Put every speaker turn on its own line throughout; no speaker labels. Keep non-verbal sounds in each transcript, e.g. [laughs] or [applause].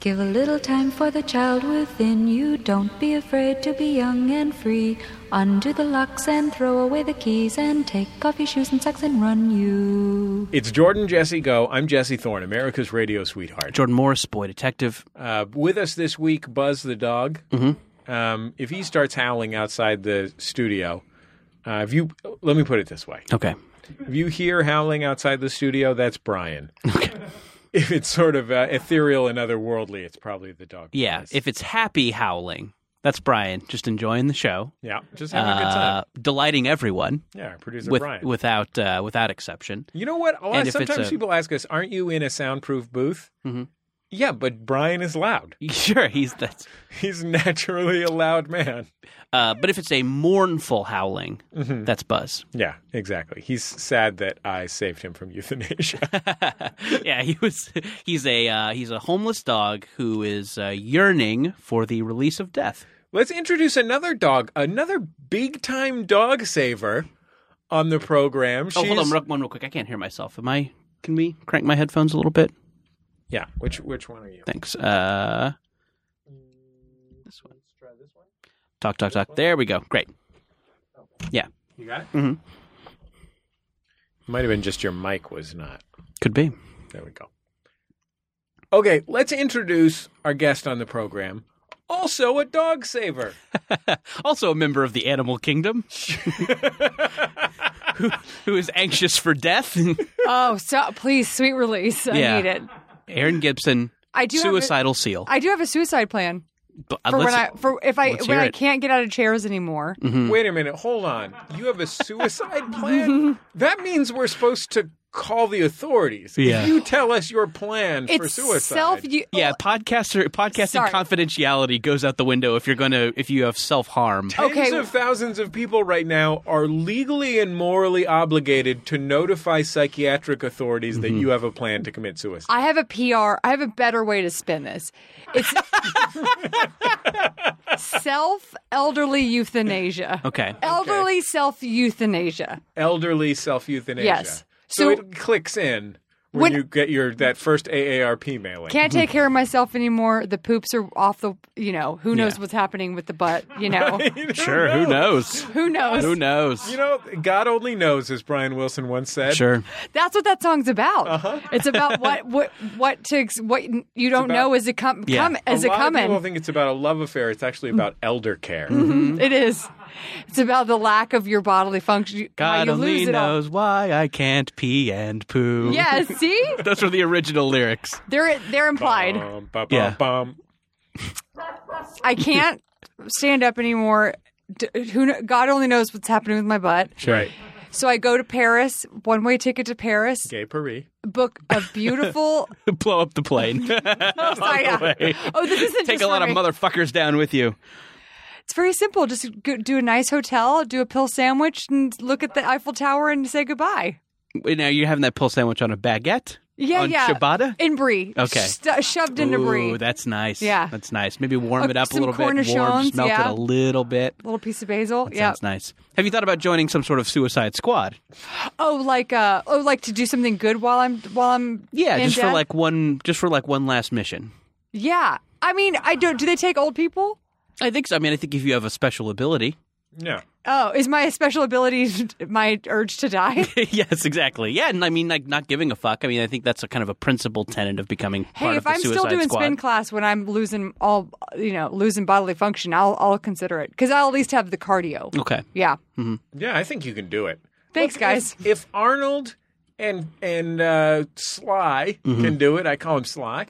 Give a little time for the child within you. Don't be afraid to be young and free. Undo the locks and throw away the keys and take off your shoes and socks and run you.
It's Jordan Jesse Go. I'm Jesse Thorne, America's radio sweetheart.
Jordan Morris, boy detective.
Uh, with us this week, Buzz the dog. Mm-hmm. Um, if he starts howling outside the studio, uh, if you let me put it this way:
Okay.
if you hear howling outside the studio, that's Brian. [laughs] if it's sort of uh, ethereal and otherworldly, it's probably the dog.
Yeah. If it's happy howling, that's Brian, just enjoying the show,
yeah, just having a good
uh,
time.
delighting everyone
Yeah, our producer
with,
Brian.
without uh, without exception. [laughs]
You know what? A lot,
And if it's
sometimes
a-
people ask us, "Aren't you in a soundproof booth?"
Mhm.
Yeah, but Brian is loud.
Sure, he's that's.
He's [laughs] naturally a loud man.
Uh, but if it's a mournful howling,
Mm-hmm.
that's Buzz. [laughs]
Yeah, exactly. He's sad that I saved him from [laughs] euthanasia.
yeah, he was. He's a uh, he's a homeless dog who is uh, yearning for the release of death.
Let's introduce another dog, another big time dog saver on the program.
Oh, hold
She's-
on, real- one real quick. I can't hear myself. Am I? Can we crank my headphones a little bit?
Yeah, which which one are you?
Thanks. Uh, this one. Talk, talk, talk. There we go. Great. Yeah,
You got it?
Mhm.
Might have been just your mic was not.
could be.
There we go. Okay, let's introduce our guest on the program. Also a dog saver.
also a member of the animal kingdom [laughs] who, who is anxious for death. [laughs]
Oh, stop! Please, sweet release. I
Yeah.
need it.
Aaron Gibson,
I do have a-
suicidal seal.
I do have a suicide plan
But uh,
for when
let's-
I for if I
let's
when
hear
I
it. Mm-hmm.
can't get out of chairs anymore.
Hmm.
Wait a minute, hold on. You have a suicide
[laughs]
plan? that means we're supposed to call the authorities.
Yeah.
If you tell us your plan for
It's
suicide.
self. You,
yeah, podcaster podcasting
Sorry.
confidentiality goes out the window if you're gonna if you have self harm.
Tens
Okay.
of thousands of people right now are legally and morally obligated to notify psychiatric authorities
Mm-hmm.
that you have a plan to commit suicide.
I have a PR. I have a better way to spin this.
[laughs]
It's self elderly euthanasia.
Okay.
Elderly self euthanasia.
Elderly self euthanasia.
Yes.
So,
So-
it clicks in when,
When-
you get your that first AARP mailing.
Can't take care of myself anymore. The poops are off the. You know who knows
Yeah.
what's happening with the butt. You
[laughs]
know
[laughs] You don't
Sure,
know.
who knows?
[laughs] who knows.
Who knows?
You know, God only knows, as Brian Wilson once said.
Sure.
That's what that song's about. It's
[laughs]
about what what what to ex- what you don't
Uh-huh. about-
know is a com-
Yeah.
come as
a
a
lot of people
coming. Mm. Mm-hmm.
think it's about a love affair. It's actually about elder care.
It is. It's about the lack of your bodily function. You- how
God
you
only
lose it all.
knows why I can't pee and poo.
Yeah. See,
Those are the original lyrics. [laughs]
they're they're implied.
Bum, ba, bum,
Yeah.
bum.
I can't stand up anymore. D- who kn- God only knows what's happening with my butt.
Right.
So I go to Paris, one way ticket to Paris,
Gay Paris.
book a
[laughs]
beautiful.
Blow up the
[laughs]
plane. [laughs]
oh, sorry,
way.
oh, this isn't
Take
just
a lot
for
of
me.
motherfuckers down with you.
It's very simple. Just go, do a nice hotel, do a pill sandwich, and look at the Eiffel Tower and say goodbye.
Wait, now you're having that pull sandwich on a baguette?
Yeah,
on
yeah.
ciabatta?
In brie.
Okay.
Stu- shoved into brie.
Ooh, that's nice.
Yeah.
that's nice. Maybe warm
Uh,
it up a
some
little bit. Warm, just
cornichons,
melt it
yeah.
a little bit.
Little piece of basil.
That
yeah.
Sounds nice. Have you thought about joining some sort of suicide squad?
Oh, like uh, oh, like to do something good while I'm while I'm
Yeah,
in
just for
death?
like one, just for like one last mission.
yeah. I mean, I don't. Do they take old people?
I think so. I mean, I think if you have a special ability. [laughs]
No.
Oh, is my special ability [laughs] my urge
[laughs]
to die?
yes, exactly. Yeah, and I mean, like not giving a fuck. I mean, I think that's a kind of a principal tenet of becoming part
hey,
of
if
the
I'm
suicide
still doing
squad.
spin class when I'm losing all you know losing bodily function, I'll I'll consider it because I'll at least have the cardio.
okay.
Yeah.
Yeah, I think you can do it.
Thanks,
Look,
guys.
If, if Arnold and and uh, Sly can do it, I call him Sly.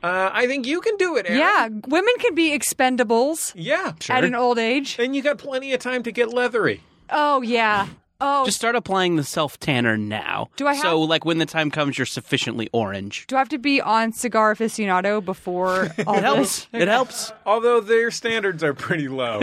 Uh, I think you can do it, Aaron.
Yeah, women can be expendables
yeah.
at an old age.
And you got plenty of time to get leathery.
Oh yeah. Oh,
Just start applying the self tanner now.
Do I have-
so like when the time comes, you're sufficiently orange.
do I have to be on Cigar
[laughs]
Aficionado before all
It
this?
helps. It helps.
Although their standards are pretty
[laughs]
low,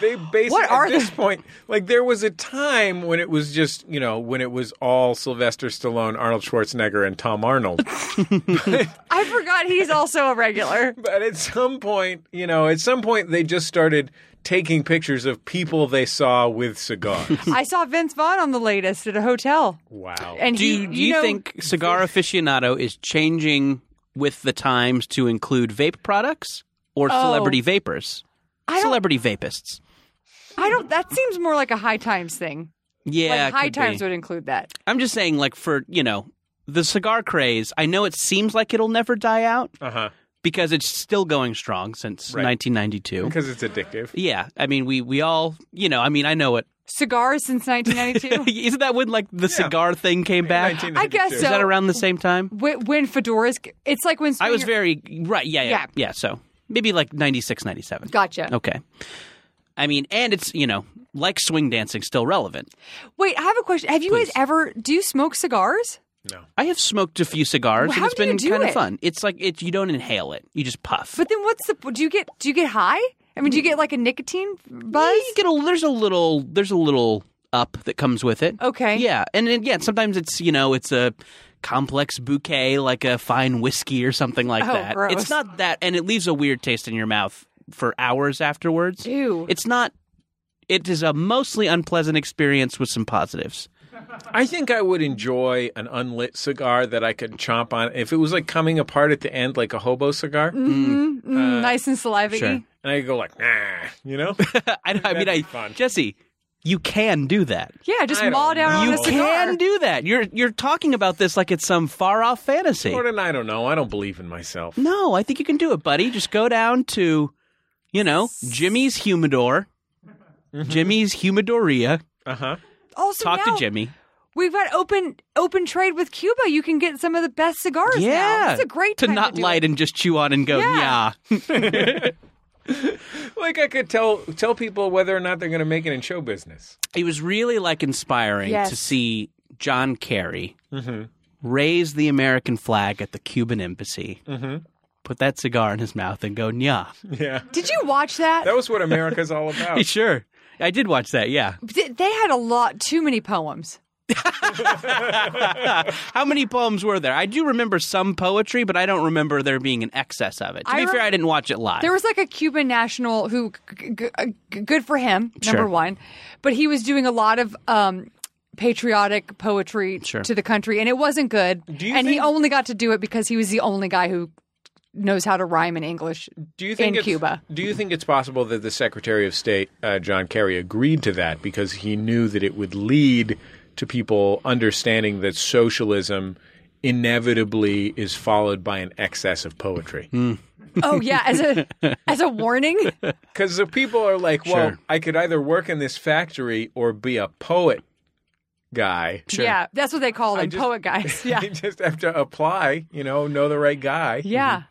they basically
What are
at this
they?
point like there was a time when it was just you know when it was all Sylvester Stallone, Arnold Schwarzenegger, and Tom Arnold.
[laughs] I forgot he's also
[laughs]
a regular.
But at some point, you know, at some point they just started taking pictures of people they saw with
[laughs]
cigars.
I saw Vince Vaughn on the latest at a hotel,
wow.
and
[laughs]
Do
he,
you, do you
know,
think cigar aficionado is changing with the times to include vape products or
Oh.
celebrity vapors,
I don't.
celebrity vapists.
I don't. That seems more like a high times thing.
Yeah,
like
it
high
could be.
times would include that.
I'm just saying, like for you know, the cigar craze. I know it seems like it'll never die out
Uh huh.
because it's still going strong since
Right.
1992.
Because it's addictive.
Yeah, I mean, we we all, you know, I mean, I know it.
Cigars since 1992.
[laughs] Isn't that when like the cigar thing came back?
I guess
Is that
So-
around the same time?
when, when fedoras, it's like when
I was
swinger-
very right. Yeah, yeah, yeah.
Yeah.
so maybe like 96, 97.
Gotcha.
Okay. I mean, and it's you know like swing dancing still relevant.
Wait, I have a question. Have you guys ever do you smoke cigars?
I have smoked a few cigars
Well,
and
how
it's
do you
been
do
kind of
it?
fun. It's like it you don't inhale it; you just puff.
But then what's the do you get do you get high? I mean, do you get like a nicotine
Yeah,
buzz?
Uh, you get a there's a little there's a little up that comes with it.
Okay.
Yeah, and it, yeah, sometimes it's you know it's a complex bouquet like a fine whiskey or something like
Oh,
that.
gross.
It's not that, and it leaves a weird taste in your mouth for hours afterwards.
Ew.
It's not. It is a mostly unpleasant experience with some positives.
I think I would enjoy an unlit cigar that I could chomp on if it was like coming apart at the end, like a hobo cigar,
Mm, nice and salivating.
sure.
and I could go like, nah, you know.
[laughs] I, I mean,
That'd be
I
fun.
Jesse, you can do that.
Yeah, just
I don't
maul down
know.
on
You
a cigar.
can do that. You're you're talking about this like it's some far off fantasy.
Jordan, I don't know. I don't believe in myself.
No, I think you can do it, buddy. Just go down to, you know, Jimmy's Humidor, Jimmy's Humidoria.
Uh huh.
also,
Talk
now
to Jimmy.
We've got open open trade with Cuba. You can get some of the best cigars.
yeah,
now. it's a great
to
time
not
do
light
It.
and just chew on and go. Yeah,
Yeah.
Like I could tell tell people whether or not they're going to make it in show business.
it was really like inspiring
Yes.
to see John Kerry raise the American flag at the Cuban embassy. Put that cigar in his mouth and go, yeah,
Yeah,
Did you watch that?
that was what America's all
[laughs]
about.
sure. I did watch that. Yeah.
Th- they had a lot too many poems.
How many poems were there? I do remember some poetry, but I don't remember there being an excess of it. To
I
be fair,
rem-
I didn't watch it live.
There was like a Cuban national who, g- g- uh, g- good for him, number
Sure.
one, but he was doing a lot of um, patriotic poetry
Sure.
to the country, and it wasn't good. And
Do you
he
think-
only got to do it because he was the only guy who knows how to rhyme in English.
Do you think
in
it's,
Cuba?
Do you think it's possible that the Secretary of State uh, John Kerry agreed to that because he knew that it would lead to people understanding that socialism inevitably is followed by an excess of poetry?
oh yeah, as a
[laughs]
as a warning.
Because the people are like, well,
Sure.
I could either work in this factory or be a poet guy.
Yeah, that's what they call them,
just- [laughs]
poet guys. Yeah,
you just have to apply, you know, know the right guy.
yeah,
Mm-hmm.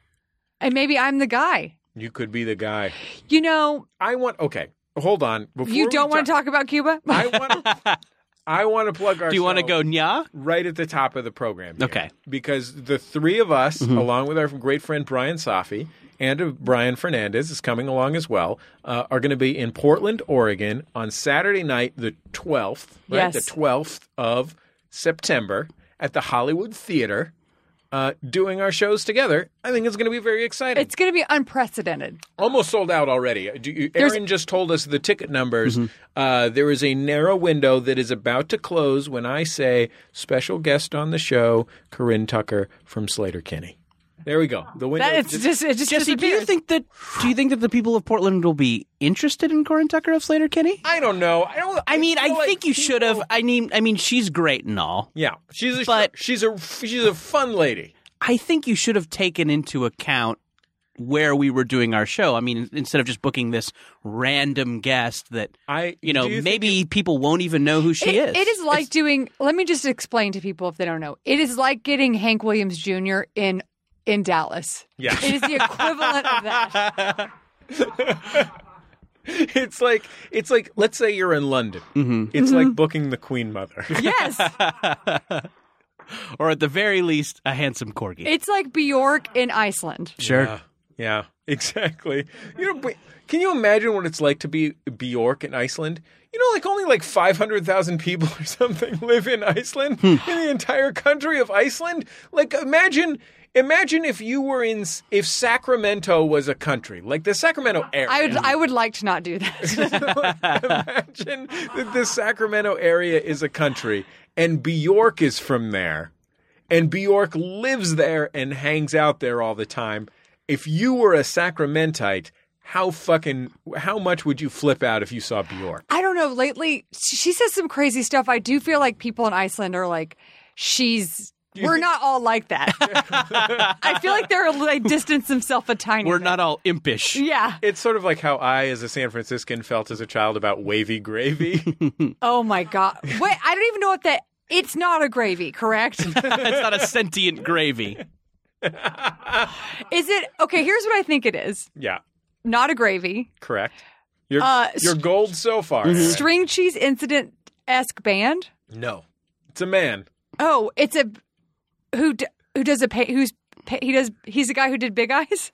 and maybe I'm the guy.
You could be the guy.
You know,
I want. Okay, hold on. Before
you don't want
to
to talk about Cuba.
I want.
[laughs]
to. I want to plug our.
Do you want to
show
go, yeah?
right at the top of the program? here.
Okay.
Because the three of us, along with our great friend Brian Safi and uh, Brian Fernandez, is coming along as well, uh, are going to be in Portland, Oregon, on Saturday night, the twelfth. Right,
Yes.
the twelfth of September at the Hollywood Theater. Uh, doing our shows together, I think it's going to be very exciting.
it's going to be unprecedented.
almost sold out already. Do you, Aaron just told us the ticket numbers.
Mm-hmm.
Uh, there is a narrow window that is about to close when I say special guest on the show, Corinne Tucker from Slater Kinney. There we go. The window.
That it's
just-
just it just
Jesse, do you
disappears.
think that do you think that the people of Portland will be interested in Corin Tucker of Slater Kinney?
I don't know. I don't.
I mean, I
feel like
think you should have. I mean, I mean, she's great and all.
Yeah, she's a
But-
she's a she's a fun lady.
I think you should have taken into account where we were doing our show. I mean, instead of just booking this random guest that
I
you know
do think
maybe people won't even know who she
It-
is.
It is like doing. Let me just explain to people if they don't know. It is like getting Hank Williams Jr. in in Dallas.
Yeah. [laughs]
it [laughs] is the equivalent of that.
it's like it's like let's say you're in London.
Mm-hmm.
It's like booking the Queen Mother. [laughs]
Yes,
or at the very least, a handsome corgi.
it's like Bjork in Iceland.
sure.
Yeah, yeah, [laughs] exactly. You know, but can you imagine what it's like to be Bjork in Iceland? You know, like only like five hundred thousand people or [laughs] something live in Iceland in the entire country of Iceland. Like, imagine, imagine if you were in S- if Sacramento was a country, like the Sacramento area.
I would I would like to not do that. [laughs]
imagine that the Sacramento area is a country and Bjork is from there. And Bjork lives there and hangs out there all the time. If you were a Sacramentite, how fucking how much would you flip out if you saw Bjork?
I don't know. Lately, she she says some crazy stuff. I do feel like people in Iceland are like, she's. We're not all like [laughs] that. I feel like they're they distance themselves a tiny.
We're
bit.
not all impish.
Yeah.
It's sort of like how I, as a San Franciscan, felt as a child about wavy gravy.
Oh my god. Wait, I don't even know what that. It's not a gravy, correct? [laughs]
It's not a sentient gravy.
Is it okay? Here's what I think it is.
yeah,
Not a gravy.
correct. You're,
Uh,
you're gold so far. Aaron.
String cheese incident esque band.
No, it's a man.
Oh, it's a who d- who does a pay, who's pa he does he's the guy who did Big Eyes.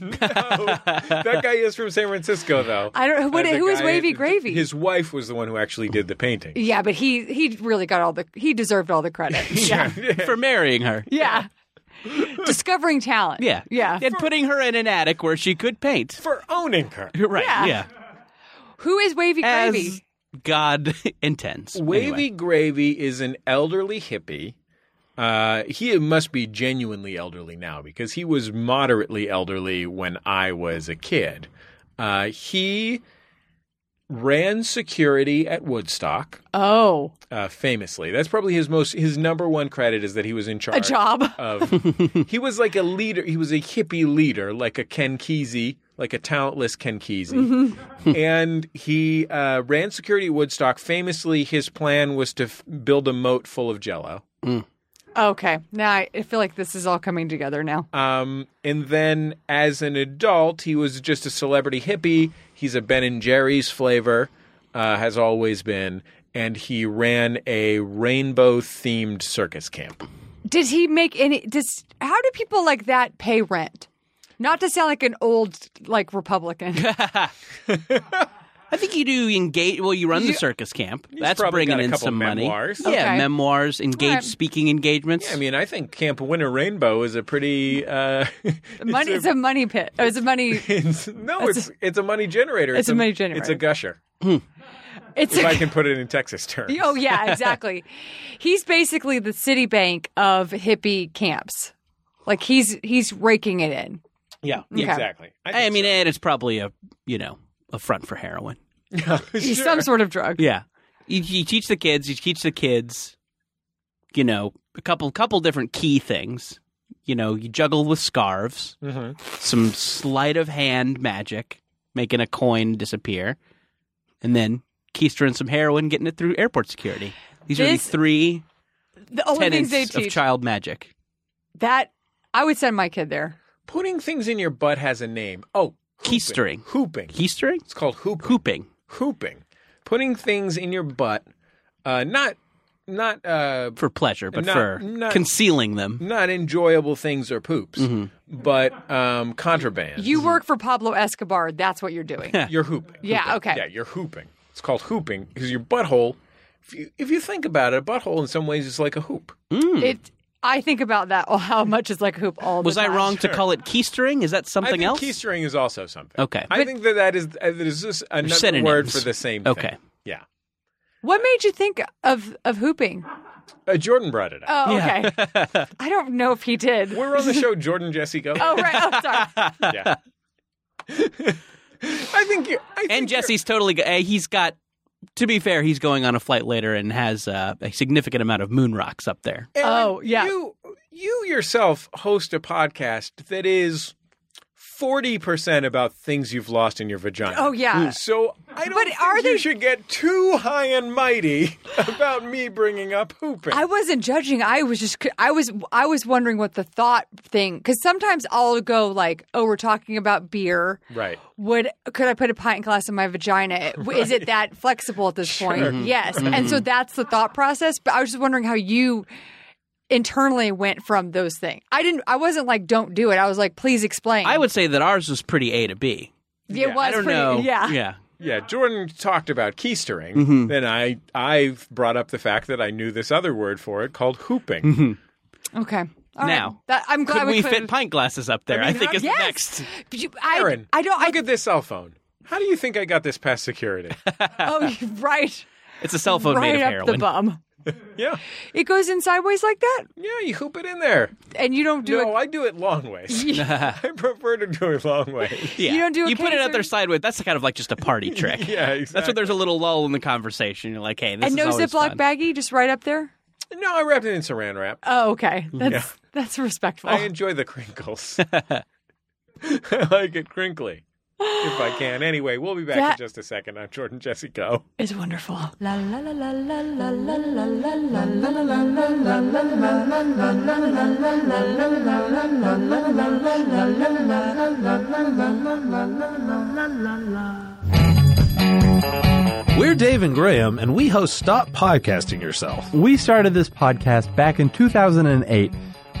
that guy is from San Francisco, though.
I don't- what-
Uh, the
who is
guy-
Wavy Gravy?
His wife was the one who actually did the painting.
Yeah, but he he really got all the he deserved all the credit. [laughs]
Yeah.
For marrying her.
yeah. [laughs] Discovering talent.
Yeah.
Yeah.
And putting her in an attic where she could paint.
For owning her.
Right.
Yeah.
Yeah.
Who is Wavy
As
Gravy?
God [laughs] intends.
Wavy
Anyway.
Gravy is an elderly hippie. Uh, he must be genuinely elderly now because he was moderately elderly when I was a kid. Uh, he ran security at Woodstock,
Oh,
uh, famously. That's probably his most his number one credit is that he was in charge.
a job.
Uh,
of he was like a leader he was a hippie leader like a ken kesey like a talentless ken kesey and he uh, ran security at woodstock famously his plan was to f- build a moat full of jello
Okay. Now I I feel like this is all coming together now.
um, and then as an adult he was just a celebrity hippie he's a ben and jerry's flavor uh, has always been and he ran a rainbow themed circus camp
Did he make any? Does how do people like that pay rent? Not to sound like an old
[laughs]
like Republican.
I think you do engage. Well, you run the circus camp. That's
probably
bringing
got a
in
couple
some
memoirs.
money. Yeah,
Okay.
memoirs, engage
Alright.
speaking engagements.
I mean, I think Camp Winter Rainbow is a pretty uh, [laughs]
money, it's, a, money pit. It's
[laughs]
a money.
It's, [laughs] no, it's it's a money generator.
It's a money generator.
It's a gusher.
It's
If I
a,
can put it in Texas terms.
[laughs] oh yeah, exactly. he's basically the Citibank of hippie camps. Like he's he's raking it in.
yeah,
Okay.
exactly.
I,
think
mean,
so.
and it's probably a you know a front for heroin.
[laughs]
[laughs] He's
Sure.
some sort of drug.
Yeah, you, you teach the kids. You teach the kids. You know, a couple couple different key things. You know, you juggle with scarves,
Mm-hmm.
some sleight of hand magic, making a coin disappear, and then keistering some heroin, getting it through airport security. These are the
This-
three
The only things
tenets
they
of
teach
child magic.
that I would send my kid there.
putting things in your butt has a name. Oh, hooping.
Keistering.
Hooping.
Keistering?
It's called hooping.
Cooping.
hooping. Putting things in your butt. Uh, not not uh,
For pleasure, but
Not-
for
not-
concealing them.
not enjoyable things or poops, but um, contraband.
Mm-hmm.
Mm-hmm.
You work for Pablo Escobar. That's what
[laughs]
you're doing.
You're hooping.
Yeah,
Hooping.
okay.
Yeah, you're hooping. It's called hooping because your butthole. If you, if you think about it, a butthole in some ways is like a hoop.
It. I think about that. [laughs] Oh, how much is like a hoop all the
Hmm. Was I
time.
wrong to call it keistering? Is that
I
something
think
else?
keistering is also something.
Okay.
I
But-
think that that is uh, that is just another
synonyms.
word for the same thing.
Okay.
Yeah.
What made you think of of hooping?
Uh, Jordan brought it up.
Oh, okay.
[laughs]
I don't know if he did.
We're on the show Jordan Jesse Go.
[laughs] oh, right. Oh,
[laughs]
sorry.
Yeah. I think you I think
and
you're-
Jesse's totally. go- eh, He's got. To be fair, he's going on a flight later and has uh, a significant amount of moon rocks up there.
Aaron,
Oh, yeah.
You you yourself host a podcast that is 40% about things you've lost in your vagina. Mm.
Oh, yeah.
So I don't
But
think
are
you
they-
should get too high and mighty [laughs] about me bringing up hooping.
I wasn't judging. I was just. I was. I was wondering what the thought thing. Because sometimes I'll go like, "Oh, we're talking about beer.
Right.
Would could I put a pint glass in my
[laughs]
vagina? Is it that flexible at this
Mm-hmm.
point? Yes. And so that's the thought process. But I was just wondering how you internally went from those things. I didn't. I wasn't like, "Don't do it." I was like, "Please explain."
I would say that ours was pretty A to B.
It
yeah, I
was
I don't
pretty,
know.
Yeah. [laughs]
yeah.
Yeah, Jordan talked about keistering. Then I I brought up the fact that I knew this other word for it called hooping.
Okay. All right.
Now,
that, I'm glad
Could we
cleared
fit
it-
pint glasses up there? I,
mean,
think
how-
is
Um, Yes.
next.
But you- I,
Aaron,
I don't. I
look at this cell phone. How do you think I got this past security?
Oh, [laughs] right.
It's a cell phone
right
made of
up
heroin.
the bum.
Yeah.
It goes in sideways like that,
Yeah, you hoop it in there.
and you don't do
no,
it.
I do it long
[laughs]
ways. [laughs] I prefer to do it long ways.
Yeah.
You don't do a
You put it
case
out there
or-
sideways. That's kind of like just a
[laughs]
party trick.
Yeah, exactly.
That's when there's a little lull in the conversation. You're like, hey, this
And
is
no
always
Ziploc
fun.
baggie, just right up there.
No, I wrapped it in saran wrap.
Oh, okay. That's that's respectful.
I enjoy the
[laughs]
crinkles. [laughs] I like it crinkly. If I can. Anyway, we'll be back
That-
in just a second. I'm Jordan Jesse Go.
It's wonderful.
La la la la la la la la la la.
We're Dave and Graham, and we host Stop Podcasting Yourself.
We started this podcast back in 2008,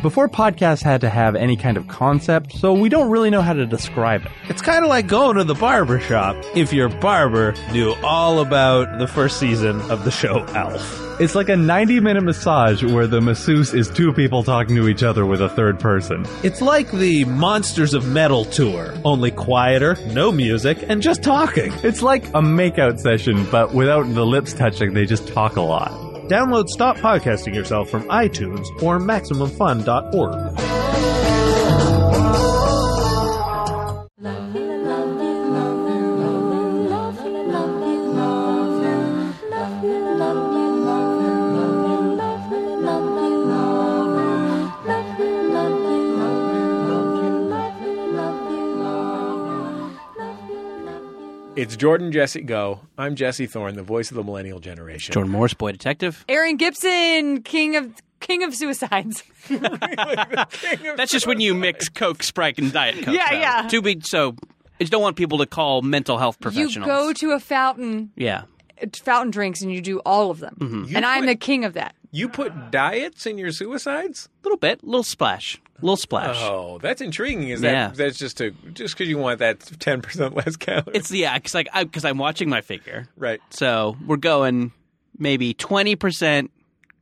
before podcasts had to have any kind of concept, so we don't really know how to describe it.
It's kind of like going to the barber shop if your barber knew all about the first season of the show Elf.
It's like a 90 minute massage where the masseuse is two people talking to each other with a third person.
It's like the Monsters of Metal tour, only quieter, no music, and just talking.
It's like a makeout session, but without the lips touching, they just talk a lot.
Download Stop Podcasting Yourself from iTunes or MaximumFun.org.
It's Jordan Jesse Go. I'm Jesse Thorne, the voice of the millennial generation.
Jordan Morris, boy detective.
Aaron Gibson, king of king of suicides.
That's just when you
[laughs]
mix Coke, Sprite, and Diet Coke.
Yeah,
though.
yeah.
To be so, I just don't want people to call mental health professionals.
You go to a fountain,
yeah.
fountain drinks, and you do all of them.
Mm-hmm.
And I'm the king of that.
You put diets in your suicides?
A little bit, little splash, little splash.
Oh, that's intriguing. Is that
Yeah.
that's just to just because you want that ten percent less calories?
It's yeah, because like because I'm watching my figure.
right.
So we're going maybe twenty percent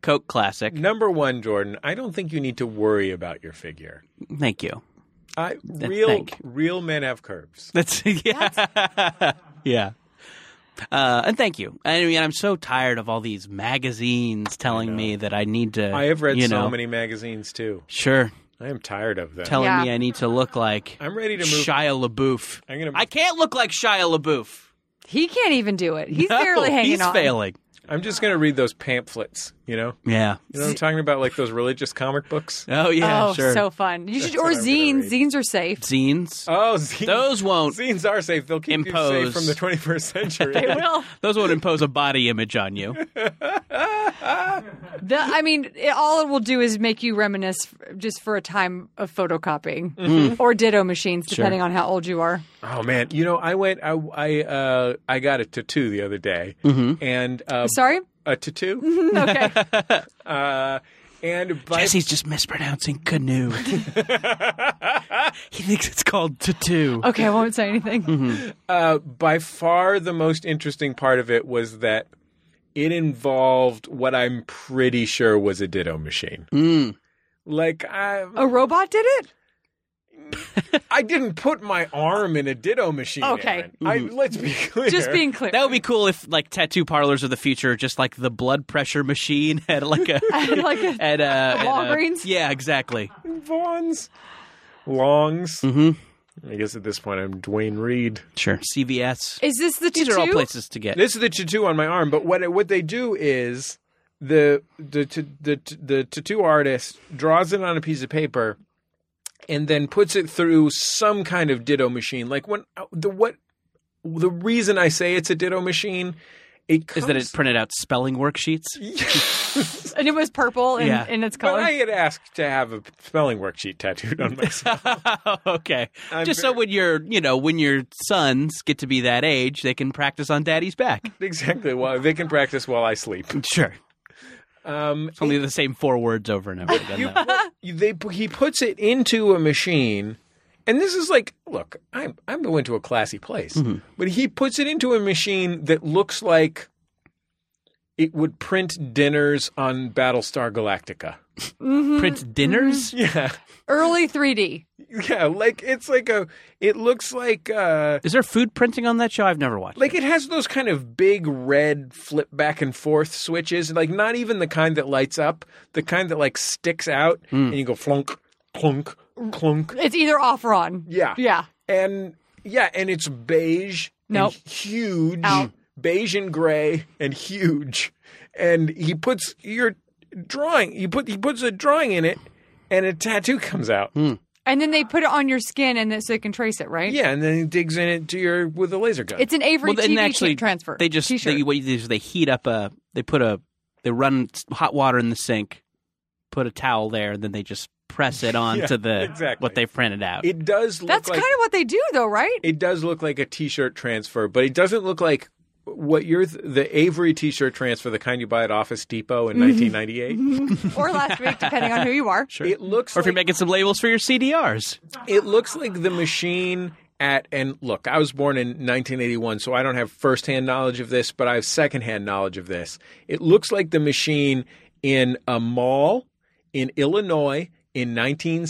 Coke Classic.
Number one, Jordan. I don't think you need to worry about your figure.
Thank you. [laughs]
I real
Eh, thank-
real men have curves.
That's yeah, [laughs] yeah. Uh, and thank you. I mean, I'm so tired of all these magazines telling me that I need to.
I have read
you
so
know,
many magazines too.
Sure,
I am tired of them.
telling
Yeah.
me I need to look like
I'm ready to move.
Shia LaBeouf.
I'm gonna move-
I can't look like Shia LaBeouf.
He can't even do it. He's
No, [laughs]
barely hanging
he's
on.
failing.
I'm just gonna read those pamphlets. You know,
Yeah.
you know what I'm talking about, like those religious comic
[laughs]
books.
Oh yeah.
oh,
sure.
so fun. You should
That's
or
what I'm gonna
zines.
read.
Zines are safe.
[laughs] Zines.
Oh, zines,
Those won't
zines are safe. They'll keep you safe
impose- [laughs]
from the 21st century.
They will.
Those won't impose a body image on [laughs] you.
The, I mean, it, all it will do is make you reminisce f- just for a time of photocopying
Mm-hmm.
or ditto machines, depending on how old you are.
Oh man, you know, I went, I, I, uh, I got a tattoo the other day,
Mm-hmm.
and uh,
[laughs]
Sorry?
a tattoo,
Okay.
uh, and by
Jesse's just mispronouncing [laughs] canoe. he thinks it's called tattoo.
okay, I won't say anything.
Mm-hmm.
uh, by far the most interesting part of it was that it involved what I'm pretty sure was a Ditto machine.
Mm.
Like I,
A robot did it?
I didn't put my arm in a Ditto machine.
Okay.
Aaron.
Mm-hmm.
I, let's be [laughs] clear.
Just being clear.
That would be cool if like tattoo parlors of the future, just like the blood pressure machine [laughs] had like a
[laughs] like a-
at a at a-
Walgreens?
yeah, exactly.
Vaughns, longs. Mm-hmm. I guess at this point I'm Dwayne Reed.
Sure. CVS.
Is this the
These
tattoo?
are all places to get.
This is the tattoo on my arm, but what what they do is the the t- the t- the tattoo artist draws it on a piece of paper and then puts it through some kind of ditto machine. Like when uh, the what the reason I say it's a ditto machine it comes,
Is that it
[laughs]
printed out spelling worksheets?
and it was purple in,
Yeah.
in its
But
color.
I had asked to have a spelling worksheet tattooed on
[laughs]
myself.
[laughs] okay.
I'm
just so
very-
when your you know when your sons get to be that age, they can practice on daddy's back.
exactly. Well, they can practice while I sleep.
Sure.
Um,
It's only the same four words over and over again.
you
though.
put- you- they he puts it into a machine and this is like look i'm i'm going to a classy place but he puts it into a machine that looks like it would print dinners on battlestar galactica
Prince dinners.
Mm-hmm. Yeah.
Early 3D.
Yeah, like it's like a it looks like uh
Is there food printing on that show? I've never watched.
like it has those kind of big red flip back and forth switches, like not even the kind that lights up, the kind that like sticks out and you go flunk, clunk, clunk.
It's either off or on.
Yeah.
Yeah.
And yeah, and it's beige
Nope.
and huge.
Out.
Beige and gray and huge. And he puts your drawing he put he puts a drawing in it and a tattoo comes out.
Hmm.
And then they put it on your skin and then so they can trace it, right?
Yeah, and then he digs in it to your with a laser gun.
It's an Avery
well,
TV
and actually,
transfer.
They just
T-shirt.
they, what they, do is they heat up a they put a they run s- hot water in the sink, put a towel there, and then they just press it on
[laughs] Yeah,
to the
exactly.
what they've printed out.
it does look
That's
like
kind of what they do, though, right?
it does look like a t-shirt transfer, but it doesn't look like what you're the Avery t-shirt transfer, the kind you buy at Office Depot
Mm-hmm.
in 1998.
or last week, depending on who you are. Sure.
It looks
or if you're
like
making some labels for your CDRs,
It looks like the machine at and look, I was born in 1981, so I don't have firsthand knowledge of this, but I have secondhand knowledge of this. It looks like the machine in a mall in Illinois in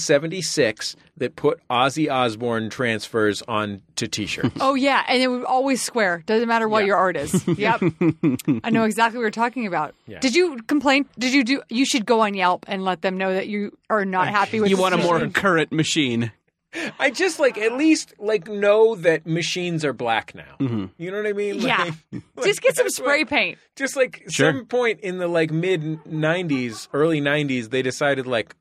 1976 that put Ozzy Osbourne transfers on to t-shirts.
Oh yeah, and it would always square. Doesn't matter what
[laughs]
your art is. Yep, I know exactly what you're talking about. Did you complain? Did you do? You should go on Yelp and let them know that you
[laughs]
are not happy with.
you
the
want a more [laughs]
decision.
current machine.
I just like at least like know that machines are black now. You know what I mean?
Yeah.
Like- [laughs]
Just get some
that's
spray
what-
paint.
just like
Sure.
some point in the like mid 90s early 90s they decided like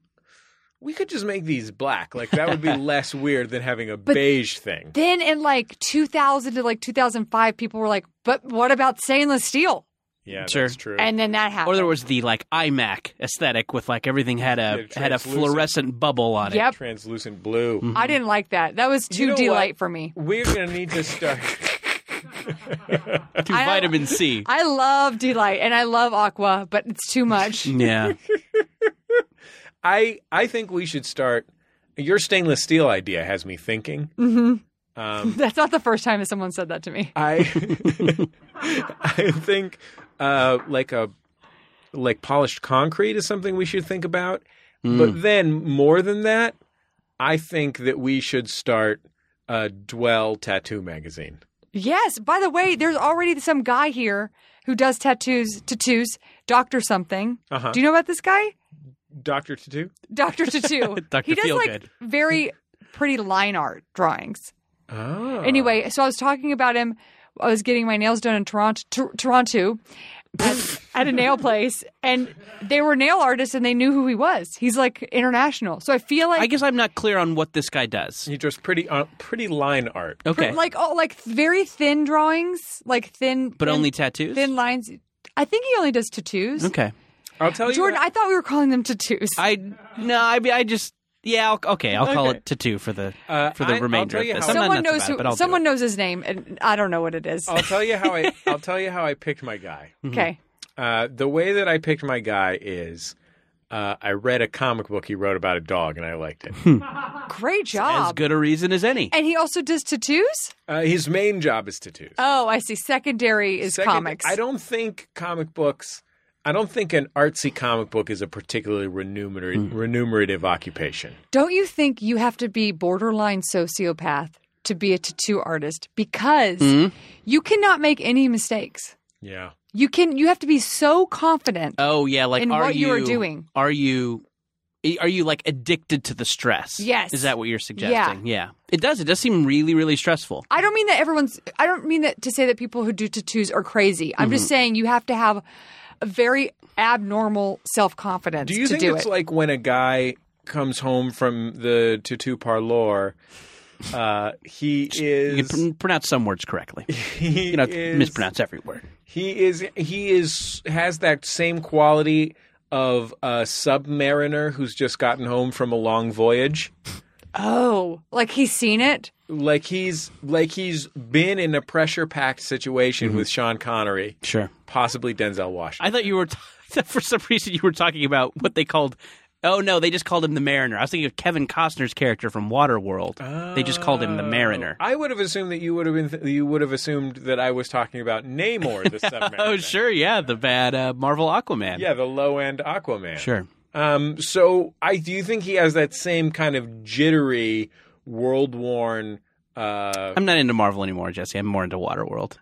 we could just make these black like that would be
[laughs]
less weird than having a beige thing
Then in like 2000 to like 2005, people were like, "But what about stainless steel?"
yeah
Sure.
that's true
And then that happened.
Or there was the like iMac aesthetic with like everything had a
Yeah,
had a
translucent.
fluorescent bubble on it.
Yep.
translucent blue
Mm-hmm.
I didn't like that. That was
You
too
know
D
what?
light for me.
we're gonna need to start [laughs]
To
I-
vitamin C.
[laughs]
I love D light and I love Aqua, but it's
[laughs]
too much. [laughs]
yeah.
i i think we should start your stainless steel idea has me thinking
That's not the first time that someone said that to me.
I [laughs] I think uh, like a like polished concrete is something we should think about. But then more than that, I think that we should start a dwell tattoo magazine.
Yes. By the way, there's already some guy here who does tattoos, tattoos, Doctor something.
Uh-huh.
Do you know about this guy?
Doctor Tattoo.
[laughs]
Doctor Tattoo.
Dr.
He does
Feelgood.
like very pretty line art drawings.
Oh,
Uh.
Anyway, so I was talking about him. I was getting my nails done in Toronto, Tor- Toronto,
[laughs]
at, at a nail place, and they were nail artists, and they knew who he was. He's like international, so I feel like
I guess I'm not clear on what this guy does.
he draws pretty uh, pretty line art.
Okay.
like oh, like very thin drawings, like thin,
but
thin-
only tattoos?
thin lines. I think he only does tattoos.
okay.
I'll tell you.
Jordan,
what-
I thought we were calling them tattoos.
I no, I I just yeah. I'll, okay, I'll call it tattoo for the
Uh,
for the
I- I'll
remainder
tell
of
you
this.
how-
I'm not
someone
nuts
knows
about it,
who.
but I'll do
someone
it.
knows his name, and I don't know what it is.
I'll tell you how I I'll tell you how I picked my guy.
[laughs] okay,
Uh, the way that I picked my guy is uh, I read a comic book he wrote about a dog and I liked it.
great
as
job.
good a reason as any.
And he also does tattoos.
Uh, his main job is tattoos.
Oh, I see. Secondary is
Second,
comics.
I don't think comic books. I don't think an artsy comic book is a particularly remunerative,
Hmm.
remunerative occupation.
Don't you think you have to be borderline sociopath to be a tattoo artist because
Hmm?
you cannot make any mistakes.
Yeah.
You can you have to be so confident.
Uh.
Oh yeah, like
And
are
what
you
you are doing.
Are you are you like addicted to the stress?
Yes.
Is that what you're suggesting? Yeah. It does. It does seem really really stressful.
I don't mean that everyone's I don't mean that to say that people who do tattoos are crazy. I'm
Mm-hmm.
just saying you have to have a very abnormal self-confidence
Do you
to
think
do
it's
it.
like when a guy comes home from the tattoo parlor? Uh, he
[laughs] You
is.
can pr- pronounce some words correctly.
He
You know,
is-
mispronounce every word.
He is. He is. Has that same quality of a submariner who's just gotten home from a long voyage.
oh, like he's seen it?
Like he's like he's been in a pressure packed situation
Mm-hmm.
with Sean Connery,
Sure.
possibly Denzel Washington.
I thought you were t- [laughs] for some reason you were talking about what they called. Oh no, they just called him the Mariner. I was thinking of Kevin Costner's character from Waterworld. They just called him the Mariner.
I would have assumed that you would have been you would have assumed that I was talking about
[laughs]
Namor the submariner.
Oh sure, yeah, the bad uh, Marvel Aquaman.
Yeah, the low end Aquaman.
sure.
Um, so I do think he has that same kind of jittery, world worn. Uh, [laughs]
I'm not into Marvel anymore, Jesse. I'm more into Waterworld.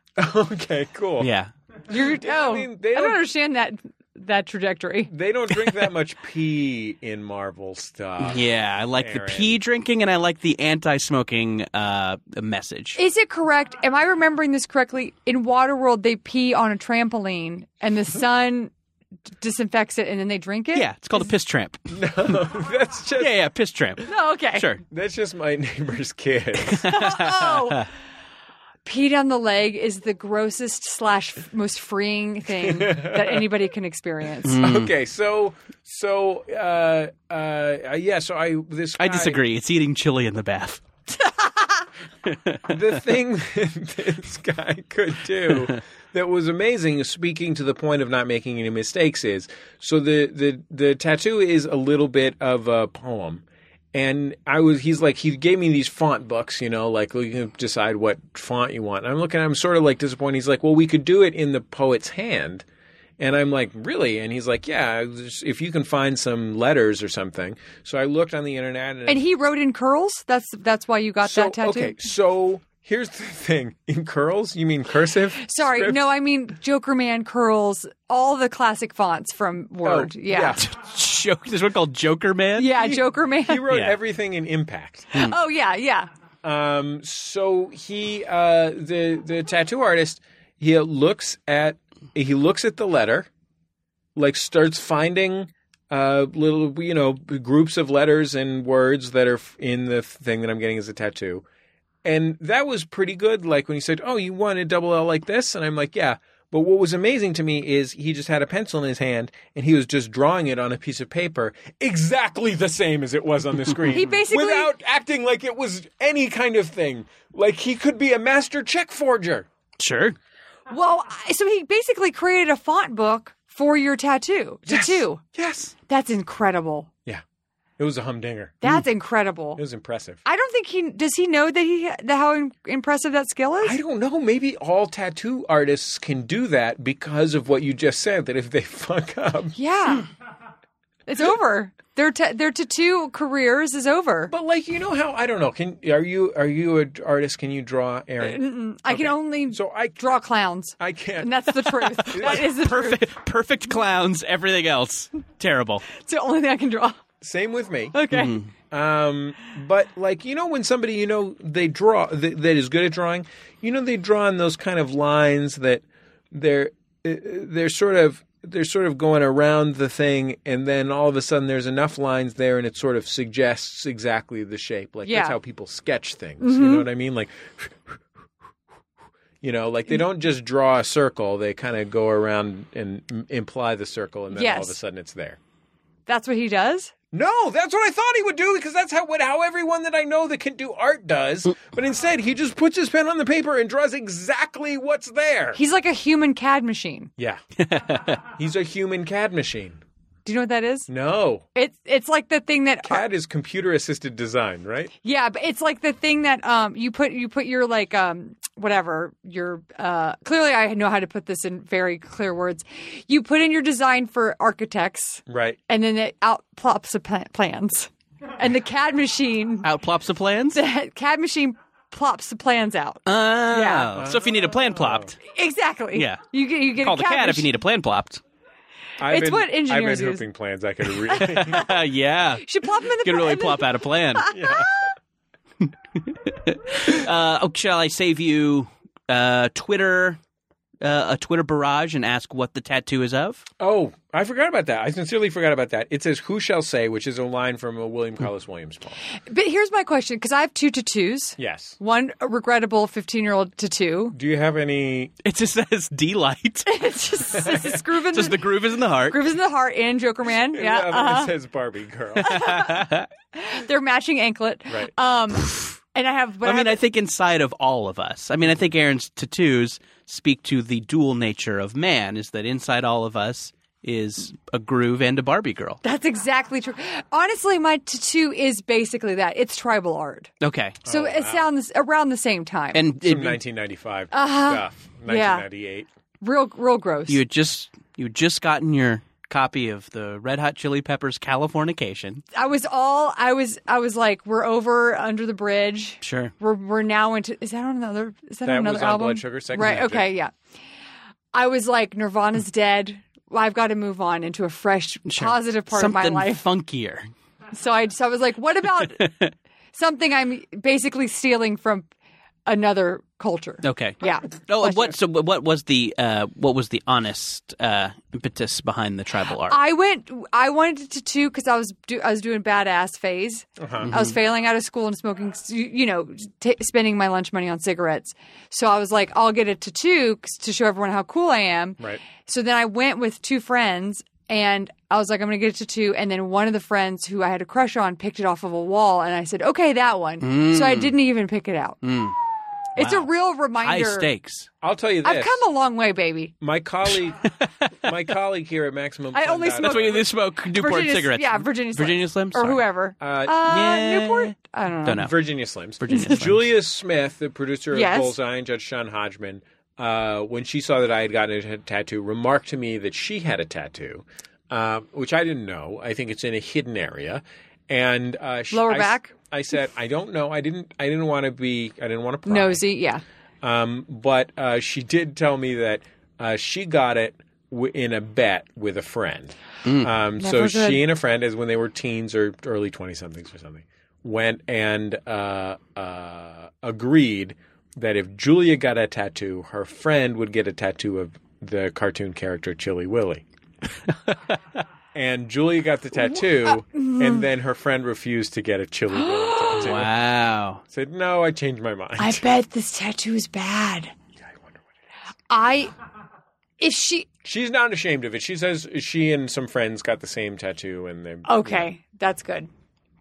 okay, cool.
Yeah.
You're,
Yeah, [laughs] I
oh, I,
mean, they
don't,
don't-
understand that that trajectory.
They don't drink that much [laughs] pee in Marvel stuff.
Yeah, I like
Aaron.
the pee drinking and I like the anti-smoking uh, message.
Is it correct? Am I remembering this correctly? In Waterworld, they pee on a trampoline,
[laughs]
and the sun d- disinfects it, and then they drink it.
yeah, it's called a piss tramp. yeah,
[laughs] that's just
yeah, piss tramp.
Oh, okay.
Sure.
that's just my [laughs] neighbor's
[laughs]
kids. [laughs]
Oh. Pee down the leg is the grossest slash f- most
[laughs]
freeing thing that anybody can experience.
Hmm.
okay, so so uh, uh, yeah, so I this
I
guy-
disagree. It's eating chili in the bath.
the thing [laughs] that this guy could do that was amazing, speaking to the point of not making any mistakes, is so the the the tattoo is a little bit of a poem. And I was, he's like, he gave me these font books, you know, like you can decide what font you want. And I'm looking, I'm sort of like disappointed. He's like, well, we could do it in the poet's hand. And I'm like, really? And he's like, yeah, just- if you can find some letters or something. So I looked on the internet and
And he wrote in curls. That's that's why you got
so,
that tattoo.
Okay, so here's the [laughs] thing: in curls, you mean cursive?
Sorry,
script?
no, I mean Joker Man curls. All the classic fonts from
Oh,
Word. yeah.
[laughs]
Joke. There's one called Joker Man.
Yeah, Joker Man.
He wrote
Yeah.
everything in impact.
oh yeah, yeah.
Um, so he, uh, the the tattoo artist, he looks at he looks at the letter, like starts finding uh, little you know groups of letters and words that are f- in the thing that I'm getting as a tattoo, and that was pretty good. Like when he said, "Oh, you want a double L like this," and I'm like, "Yeah." But what was amazing to me is he just had a pencil in his hand and he was just drawing it on a piece of paper exactly the same as it was
[laughs]
on the screen.
He basically-
without acting like it was any kind of thing. Like he could be a master check forger.
Sure.
Well, I- so he basically created a font book for your tattoo. Tattoo.
Yes.
That's incredible.
Yeah. It was a humdinger.
That's incredible.
It was impressive.
I don't think he does. He know that he that how im- impressive that skill is.
I don't know. Maybe all tattoo artists can do that because of what you just said. That if they [laughs] fuck up,
yeah,
Hmm.
it's over. Their ta- their tattoo careers is over.
but like you know how I don't know. Can are you are you an artist? Can you draw, Aaron?
I can only
So I
draw clowns,
I can't.
and that's the
[laughs]
truth. that is the truth.
Perfect. Perfect clowns. Everything else terrible.
It's the only thing I can draw.
Same with me.
Okay.
Um, but like you know, when somebody you know they draw th- that is good at drawing, you know they draw in those kind of lines that they're uh, they're sort of they're sort of going around the thing, and then all of a sudden there's enough lines there, and it sort of suggests exactly the shape. Like
Yeah. Mm-hmm.
that's how people sketch things. You know what I mean? Like. You know, like they don't just draw a circle; they kind of go around and m- imply the circle, and then all of
Yes.
a sudden it's there.
That's what he does.
No, that's what I thought he would do because that's how what, how everyone that I know that can do art does. But instead, he just puts his pen on the paper and draws exactly what's there.
He's like a human CAD machine.
yeah, he's a human CAD machine.
Do you know what that is?
No,
It's it's like the thing that
CAD is computer assisted design, right?
Yeah, but it's like the thing that um you put you put your like um whatever your uh clearly I know how to put this in very clear words. You put in your design for architects,
Right.
and then it out plops the pla- plans, and the CAD machine [laughs]
Out plops the plans.
the CAD machine plops the plans out.
Oh.
Yeah.
So if you need a plan plopped,
exactly.
Yeah.
you get you get
call
a
the
CAD
cat if you
machine.
need a plan plopped.
I've
It's
been,
what
I've
engineers
been
use.
hooping plans. I could really.
[laughs]
Uh, yeah.
You should plop them in the
Can
[laughs]
really
in the-
plop out a plan. [laughs] uh, oh, shall I save you uh, Twitter, uh, a Twitter barrage, and ask what the tattoo is of?
[laughs] oh, I forgot about that. I sincerely forgot about that. It says "Who shall say," which is a line from a William Carlos Williams poem.
But here's my question because I have two tattoos.
Yes.
One a regrettable 15 year
[laughs]
old tattoo.
Do you have any?
It just says [laughs] D
[laughs]
light.
it's just it's just grooving.
just the groove is in the heart.
Groove is in the heart and Joker Man.
[laughs]
Yeah,
It
uh-huh.
says Barbie
[laughs]
girl.
they're matching anklet.
Right.
Um, and I have. But
I mean,
have-
I think inside of all of us. I mean, I think Aaron's tattoos speak to the dual nature of man. Is that inside all of us is a groove and a Barbie girl?
that's exactly true. Honestly, my tattoo is basically that. It's tribal art.
Okay.
So it sounds around the same time.
And
Some
it-
1995 stuff.
Uh-huh. Yeah.
1998.
real, real gross.
you had just you had just gotten your copy of the Red Hot Chili Peppers Californication.
I was all I was I was like, we're over under the bridge.
Sure.
We're we're now into is that on another is that,
That
on another
was on
album?
Blood Sugar, Sex
right?
Magic.
Okay, yeah. I was like, Nirvana's dead. Well, I've got to move on into a fresh, positive part
Something
of my life.
funkier.
So I so I was like, what about something I'm basically stealing from another culture?
Okay.
Yeah.
Oh,
Bless you.
what? So, what was the uh, what was the honest uh, impetus behind the tribal art?
I went. I wanted to too because I was do, I was doing badass phase. I was failing out of school and smoking. You you know, t- spending my lunch money on cigarettes. So I was like, I'll get a tattoo 'cause- to show everyone how cool I am.
Right.
So then I went with two friends. And I was like, I'm going to get a tattoo. And then one of the friends who I had a crush on picked it off of a wall. And I said, okay, that one. So I didn't even pick it out. It's a real
High
reminder.
stakes.
I'll tell you this.
I've come a long way, baby.
my
[laughs]
colleague, my colleague here at Maximum.
I
Fun
only
Dot-
smoke-
That's why you smoke Newport
Virginia-
cigarettes.
Yeah, Virginia Slims.
Virginia Slims?
Or
Sorry.
whoever.
Uh,
Uh,
Yeah.
Newport? I don't know.
Don't know.
Virginia Slims.
Virginia
[laughs]
Slims.
Julia Smith, the producer
Yes.
of Bullseye and Judge Sean Hodgman, uh, when she saw that I had gotten a t- tattoo, remarked to me that she had a tattoo, uh, which I didn't know. I think it's in a hidden area, and uh, she,
Lower
I s-
back?
I said, I don't know. I didn't. I didn't want to be. I didn't want to. Pry.
Nosy, yeah.
Um, but uh, she did tell me that uh, she got it w- in a bet with a friend. Um, so
Never good.
she and a friend, as when they were teens or early twenty somethings or something, went and uh, uh, agreed that if Julia got a tattoo, her friend would get a tattoo of the cartoon character Chili Willy. and Julia got the tattoo, and then her friend refused to get a Chili Willy tattoo.
Wow.
Said no, I changed my mind.
I bet this tattoo is bad. I if she
She's not ashamed of it. She says she and some friends got the same tattoo, and they
okay, that's good.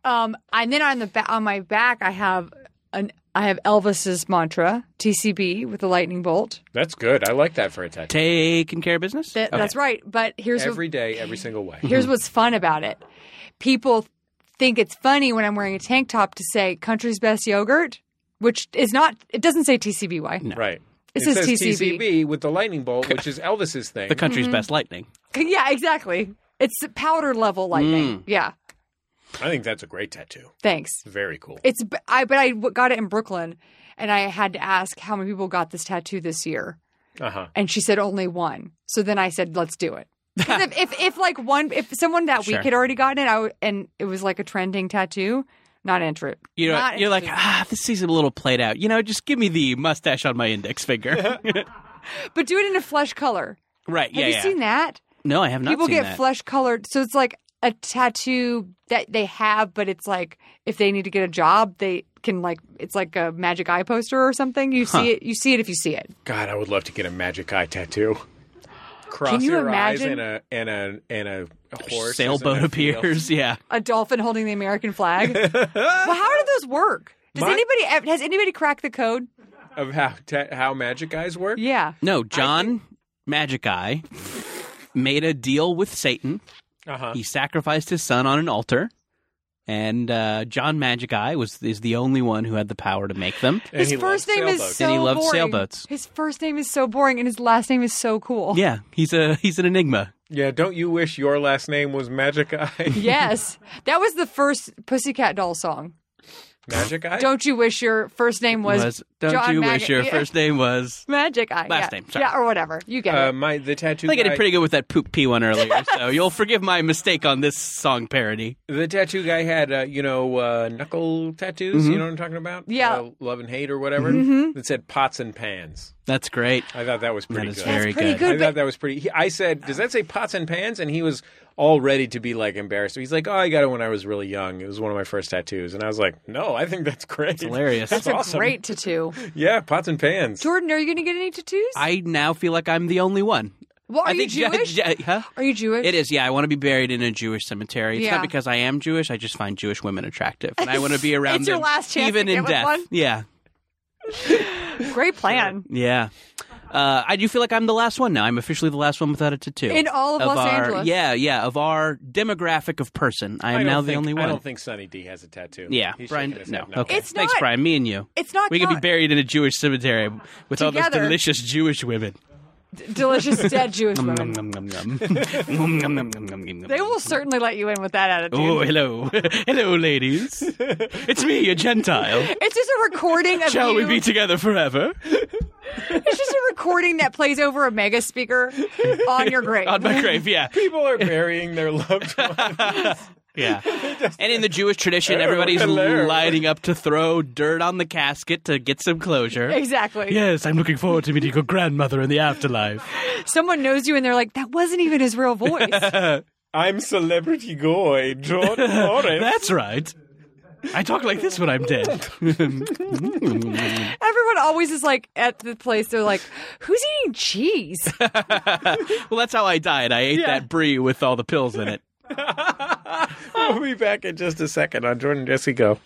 Um, and then on the ba- on my back, I have an I have Elvis's mantra TCB with a lightning bolt.
that's good. I like that for a tattoo.
Taking care of business.
That,
Okay. Mm.
That's right. But here's what,
Every day, every single way.
here's what's fun about it. People think it's funny when I'm wearing a tank top to say "country's best yogurt," which is not. It doesn't say TCBY.
Right. it
It says
says
TCB.
with the lightning bolt, which is Elvis's thing.
the country's
Mm-hmm.
best lightning.
[laughs] Yeah, exactly. It's powder level lightning.
Mm.
Yeah,
I think that's a great tattoo.
thanks.
Very cool.
It's b- I, but I w- got it in Brooklyn, and I had to ask how many people got this tattoo this year,
Uh huh.
and she said only one. So then I said, let's do
[laughs]
it. 'Cause if, if if like one if someone that
Sure.
week had already gotten it, I would, and it was like a trending tattoo, not inter-
You know,
not
you're like,
interested.
ah, this season a little played out. You know, just give me the mustache on my index [laughs] finger.
but do it in a flesh color.
right.
Have
yeah.
you
yeah.
seen that?
No, I have not.
people
seen
get
that.
flesh colored so it's like a tattoo that they have but it's like if they need to get a job they can like it's like a magic eye poster or something you see it you see it if you see it
God, I would love to get a magic eye tattoo. Cross
you
your
imagine?
eyes and a and a and a horse
Sailboat
and a field.
appears. [laughs] Yeah.
a dolphin holding the american
[laughs]
flag well how do those work does
My-
anybody has anybody cracked the code
of how ta- how magic eyes work.
yeah
No, John Magic Eye made a deal with Satan.
Uh huh.
He sacrificed his son on an altar, and uh, John Magic Eye was is the only one who had the power to make them.
And
his
he
first
loves
name is
sailboats.
so
And he loves
boring.
sailboats.
his first name is so boring and his last name is so cool
Yeah, he's a he's an enigma.
yeah. Don't you wish your last name was Magic
[laughs]
Eye?
[laughs] yes that was the first pussycat doll song
magic Eye.
don't you wish your first name was,
don't
John
you
Mag-
wish your
Yeah.
first name was?
Magic Eye.
Last
yeah.
name, sorry. Um,
Yeah, or whatever. You get
Uh,
it.
my the tattoo.
I think I
guy-
did pretty good with that poop pee one earlier, so you'll forgive my mistake on this song parody.
The tattoo guy had, uh, you know, uh, knuckle tattoos.
Mm-hmm.
You know what I'm talking about?
Yeah. Mm-hmm.
Uh, love and hate or whatever. That said pots and pans.
That's great.
I thought that was pretty
is
good.
very
That's pretty
good.
good.
I thought that was pretty. He, I said, "Does that say pots and pans?" And he was all ready to be like embarrassed. He's like, "Oh, I got it when I was really young. It was one of my first tattoos." And I was like, "No, I think that's great.
Hilarious.
That's,
but
awesome.
Great tattoo.
Yeah, pots and pans.
Jordan, are you going to get any tattoos?
I now feel like I'm the only one.
well, are
I
you
think
Jewish?
Yeah, yeah, huh?
Are you Jewish?
It is, yeah. I want to be buried in a Jewish cemetery. It's
Yeah.
not because I am Jewish. I just find Jewish women attractive, and I want to
[laughs]
be around
It's your
them,
last chance
even
to get
in
with
death.
one.
Yeah,
Great plan.
yeah. Uh, I do feel like I'm the last one now. I'm officially the last one without a tattoo
In all of Los
our,
Angeles.
Yeah, yeah. Of our demographic of person, I
I
am
don't
now the
think-
only one.
I don't think Sonny D has a tattoo.
yeah,
He's
Brian.
shaking his
No,
head no.
okay.
It's
Thanks,
not-
Brian. Me and you.
It's not
We could be
con-
buried in a Jewish cemetery with all those
Together.
delicious Jewish women.
d- delicious
[laughs]
dead Jewish
Nom,
women.
nom, nom, nom, [laughs] nom. Nom, nom, nom, nom, nom, nom, nom.
They will certainly let you in with that attitude.
Oh, hello. [laughs] hello, ladies. It's me, a [laughs] Gentile.
It's just a recording of
Shall we
you-
be together forever?
It's just a recording that plays over a
[laughs]
mega speaker on your grave.
On my grave, [laughs] yeah.
People are burying their
[laughs]
loved ones.
Yeah. And in the Jewish tradition, everybody's
hello.
lining up to throw dirt on the casket to get some closure.
exactly.
Yes, I'm looking forward to meeting your grandmother in the afterlife.
Someone knows you and they're like, that wasn't even his
[laughs]
real voice.
I'm celebrity goy, Jordan Morris.
That's right. I talk like this when I'm [laughs] dead.
Everyone always is like at the place, they're like, who's eating cheese?
Well, that's how I died. I ate that brie with all the pills in it.
[laughs] we'll be back in just a second on Jordan Jesse Go.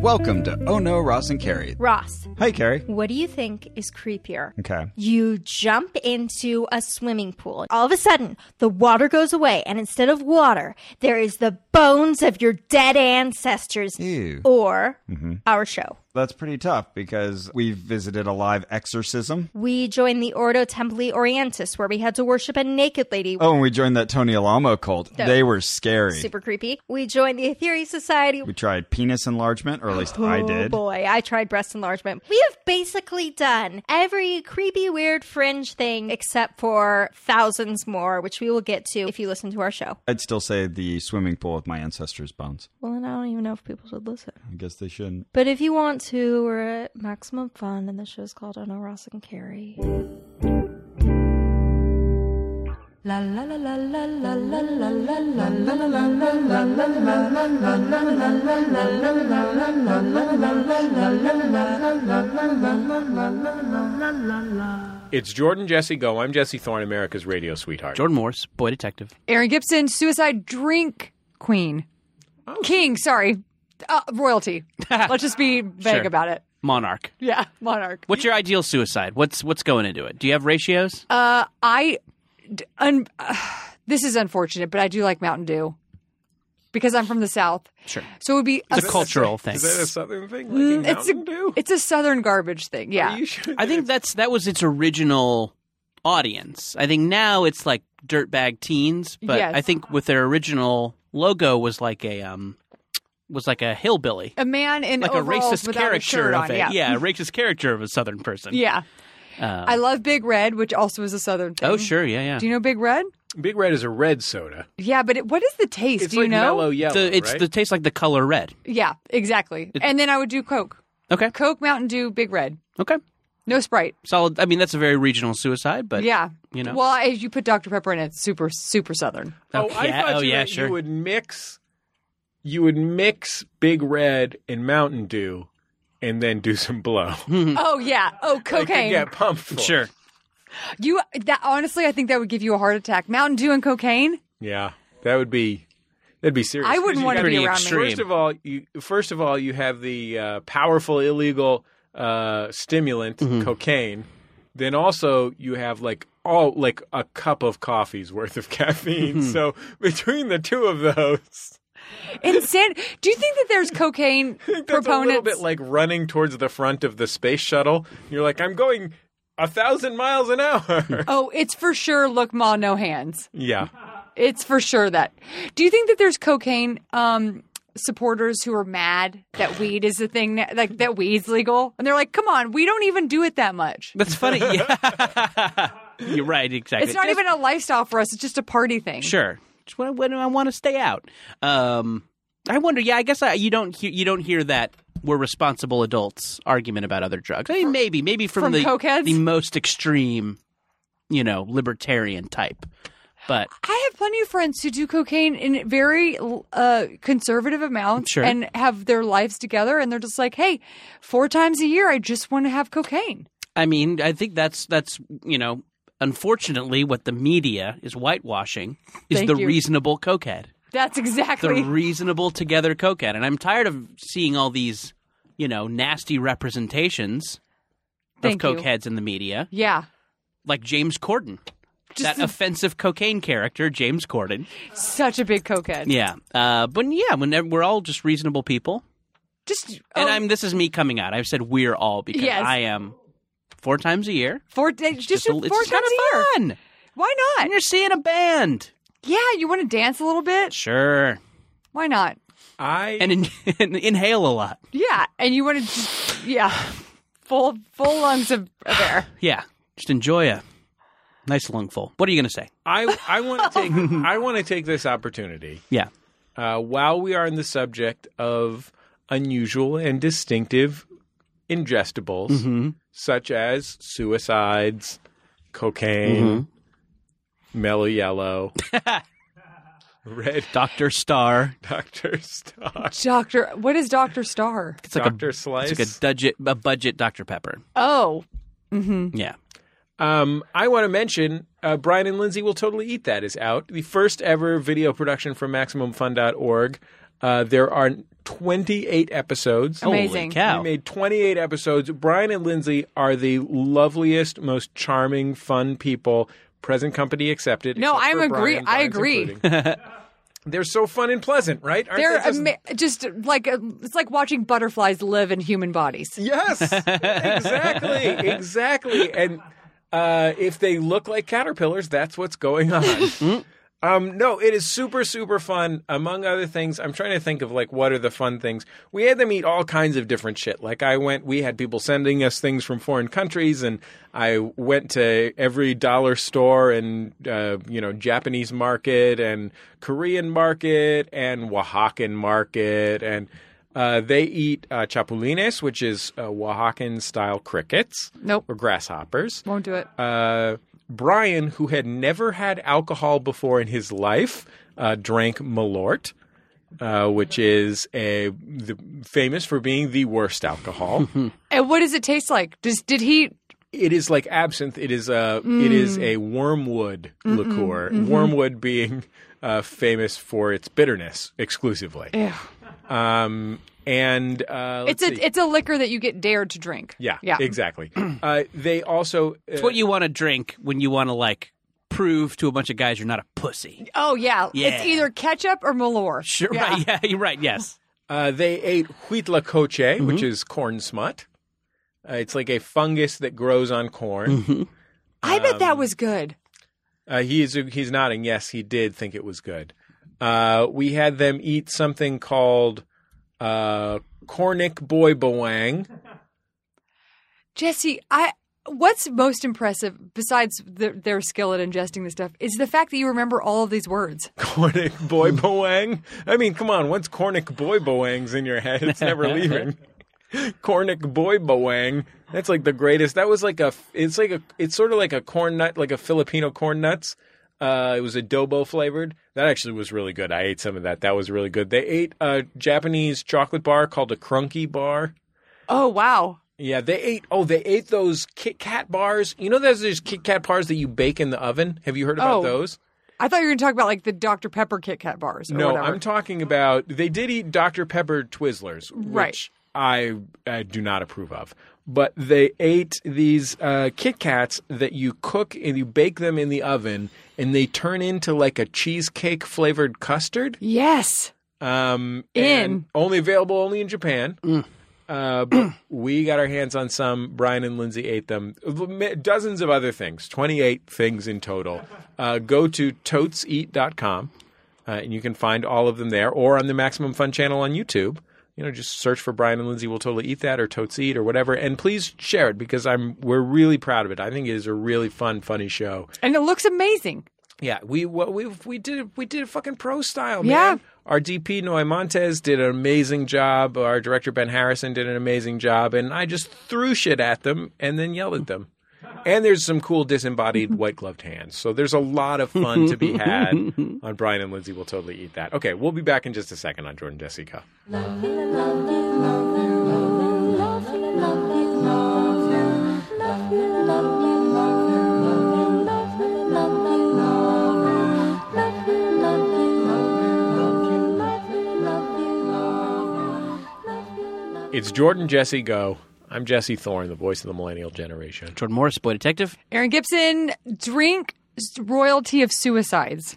Welcome to Oh No, Ross and Carrie.
Ross,
Hi, Carrie.
what do you think is creepier?
Okay.
You jump into a swimming pool. All of a sudden, the water goes away, and instead of water, there is the bones of your dead ancestors
Ew. Mm-hmm.
or our show.
That's pretty tough because we visited a live exorcism.
We joined the Ordo Templi Orientis, where we had to worship a naked lady.
Oh, and we joined that Tony Alamo cult.
That-
They were scary.
Super creepy. We joined the Aetheri Society.
We tried penis enlargement, or at least I
oh
did.
boy, I tried breast enlargement. We have basically done every creepy, weird fringe thing except for thousands more, which we will get to if you listen to our show.
I'd still say the swimming pool with my ancestors' bones.
Well, then I don't even know if people should listen.
I guess they shouldn't.
But if you want to, we're at Maximum Fun, and the show's called Ono Ross and Carrie.
La la la la la la la la la la.
It's Jordan Jesse Go. I'm Jesse Thorne, America's radio sweetheart.
[laughs] Jordan Morse, boy detective.
Aaron Gibson, suicide drink queen.
Oh.
King, sorry. Uh,
[laughs]
royalty. Let's just be vague
Sure.
about it.
Monarch.
Yeah, monarch.
What's your ideal suicide? What's what's going into it? Do you have ratios?
Uh, I, d- un, [sighs] this is unfortunate, but I do like Mountain Dew because I'm from the South.
Sure.
So it would be
It's a cultural thing.
Is that a southern thing? Like Mm, a
It's a,
Mountain Dew?
it's a Southern garbage thing. Yeah.
Are you sure?
I think that's that was its original audience. I think now it's like dirtbag teens, but
Yes.
I think with their original logo was like a um was like a hillbilly,
a man in
like a
overalls
racist
without a
caricature
shirt
of
on.
it.
Yeah.
a racist caricature of a southern person.
Yeah. I love Big Red, which also is a Southern thing.
Um. Oh sure, yeah, yeah.
Do you know Big Red?
Big Red is a red soda.
Yeah, but it, what is the taste?
It's
Do you
like
know?
mellow yellow.
the, it's
right?
the tastes like the color red.
Yeah, exactly. and then I would do Coke.
Okay.
Coke, Mountain Dew, Big Red.
Okay.
No Sprite.
Solid. I mean, that's a very regional suicide, but
yeah.
you know.
Well, I, you put Dr. Pepper in it. Super, super Southern.
Oh, I
yeah,
thought
oh,
you,
yeah,
meant
sure.
you would mix you would mix Big Red and Mountain Dew and then do some blow. [laughs]
Oh, yeah. Oh,
Hmm. Like you
cocaine.
get pumped for.
sure.
You that honestly, I think that would give you a heart attack. Mountain Dew and cocaine.
Yeah. That would be that'd be serious.
I
'Cause
wouldn't
you
want to
got-
be
pretty
around
extreme.
me.
First of all, you first of all you have the uh, powerful illegal uh, stimulant
Mm-hmm.
cocaine. Then also you have like all like a cup of coffee's worth of [laughs] caffeine.
Mm-hmm.
So between the two of those,
[laughs]
[laughs]
Instead, do you think that there's cocaine
[laughs] that's a little
proponents?
bit like running towards the front of the space shuttle. You're like, I'm going a thousand miles an hour. [laughs]
oh, it's for sure. Look, ma, no hands.
yeah.
It's for sure that. Do you think that there's cocaine um, supporters who are mad that weed is the thing, that, like that weed's legal, and they're like, "Come on, we don't even do it that much.
That's funny. [laughs] Yeah. You're right. Exactly.
It's not even a lifestyle for us. It's just a party thing."
Sure. Just when, when I want to stay out. Um, I wonder. Yeah, I guess I, you don't hear you don't hear that we're responsible adults argument about other drugs. I mean, maybe maybe from,
From
the
cokeheads?
the most extreme, you know, libertarian type. But
I have plenty of friends who do cocaine in very uh, conservative amounts
Sure.
and have their lives together, and they're just like, "Hey, four times a year, I just want to have cocaine."
I mean, I think that's that's you know, unfortunately, what the media is whitewashing is
Thank
the
you.
reasonable cokehead.
That's
the
exactly.
reasonable together cokehead. And I'm tired of seeing all these, you know, nasty representations
Thank you.
of cokeheads in the media,
yeah,
like James Corden.
Just
that offensive cocaine character, James Corden.
such a big cokehead.
Yeah. Uh, but yeah, when we're all just reasonable people,
Just
And
oh,
I'm this is me coming out. I've said we're all because
Yes.
I am four times a year.
four days. Just,
Just a-
do
it's
four
just
times
kinda
a year.
fun.
Why
And
not?
you're seeing a band.
Yeah, you want to dance a little bit.
Sure.
Why not?
I
And, in, [laughs] and inhale a lot.
Yeah, and you want to, just, yeah, full full lungs of,
[laughs]
of air.
Yeah. Just enjoy a nice lungful. What are you going to say?
I I want
[laughs]
to take I want to take this opportunity
Yeah.
uh, while we are on the subject of unusual and distinctive ingestibles
Mm-hmm.
such as suicides, cocaine,
Mm-hmm.
mellow
[laughs]
yellow, red
Dr. Star.
Doctor Star,
Doctor, what is Doctor Star?
It's like
Doctor
a
Slice.
it's like a budget a budget Dr. Pepper.
Oh,
Yeah.
Um, I want to mention uh, Brian and Lindsay will totally eat that is out. The first ever video production from MaximumFun.org. Uh, there are 28 episodes.
Amazing.
Holy cow.
We made 28 episodes. Brian and Lindsay are the loveliest, most charming, fun people. Present company accepted.
No,
except
I'm
for
agree-
Brian,
I
Brian's
agree.
including. [laughs] They're so fun and pleasant, right? Aren't
they're
they just-
ama- just like uh, it's like watching butterflies live in human
[laughs]
bodies.
Yes, exactly, exactly. And uh, if they look like caterpillars, that's what's going on. um, no, it is super, super fun. Among other things, I'm trying to think of like what are the fun things. We had them eat all kinds of different shit. Like I went, we had people sending us things from foreign countries, and I went to every dollar store and uh, you know Japanese market and Korean market and Oaxacan market and. Uh, they eat uh, chapulines, which is uh, Oaxacan style crickets
Nope,
or grasshoppers.
won't do it.
Uh, Brian, who had never had alcohol before in his life, uh, drank Malort, uh, which is a the, famous for being the worst
[laughs]
alcohol.
And what does it taste like? Does did he?
it is like absinthe. It is a it is a
Hmm.
wormwood
Mm-hmm.
liqueur. Wormwood being uh, famous for its bitterness exclusively. Um, and uh,
It's
let's see.
a it's a liquor that you get dared to drink.
Yeah,
yeah.
exactly. uh, they also uh,
It's what you want to drink when you want to like prove to a bunch of guys you're not a pussy.
Oh yeah.
Yeah.
it's either ketchup or
[laughs]
Malor.
Sure. Right. Yeah. You're right. Yes.
uh, they ate huitlacoche, which is corn smut. Uh, it's like a fungus that grows on corn.
I bet
Um,
that was good.
Uh, he is he's nodding. Yes, he did think it was good. Uh, we had them eat something called uh, cornic boy bawang.
Jesse, I what's most impressive besides the, their skill at ingesting this stuff is the fact that you remember all of these words.
Cornic boy bawang. I mean, come on. Once cornic boy bawang's in your head, it's never leaving. cornic boy bawang. That's like the greatest. That was like a. It's like a. It's sort of like a corn nut, like a Filipino corn nuts. Uh, it was adobo flavored. That actually was really good. I ate some of that. That was really good. They ate a Japanese chocolate bar called a Crunky bar.
Oh wow.
Yeah, they ate. Oh, they ate those Kit Kat bars. You know, there's those Kit Kat bars that you bake in the oven. Have you heard about
Oh.
those?
I thought you were going to talk about like the Dr Pepper Kit Kat bars or
No,
whatever.
I'm talking about they did eat Dr. Pepper Twizzlers,
Right.
which I, I do not approve of. But they ate these uh, Kit Kats that you cook and you bake them in the oven, and they turn into like a cheesecake flavored custard.
yes.
Um,
In.
and only available only in Japan. Uh, but [clears throat] we got our hands on some. Brian and Lindsay ate them. Dozens of other things, 28 things in total. Uh, go to toteseat.com uh, and you can find all of them there or on the Maximum Fun channel on YouTube. You know, just search for Brian and Lindsay will totally eat that or totes eat or whatever. And please share it because I'm we're really proud of it. I think it is a really fun, funny show.
And it looks amazing.
Yeah, we what we we did it- we did it fucking pro style, man.
Yeah.
Our DP Noy Montes did an amazing job. Our director Ben Harrison did an amazing job, and I just threw shit at them and then yelled at them. And there's some cool disembodied white gloved hands. So there's a lot of fun to be had on Brian and Lindsay. will totally eat that. Okay, we'll be back in just a second on Jordan Jessica. It's Jordan Jesse Go. I'm Jesse Thorne, the voice of the millennial generation.
Jordan Morris, boy detective.
Aaron Gibson, drink s- royalty of
[laughs]
suicides.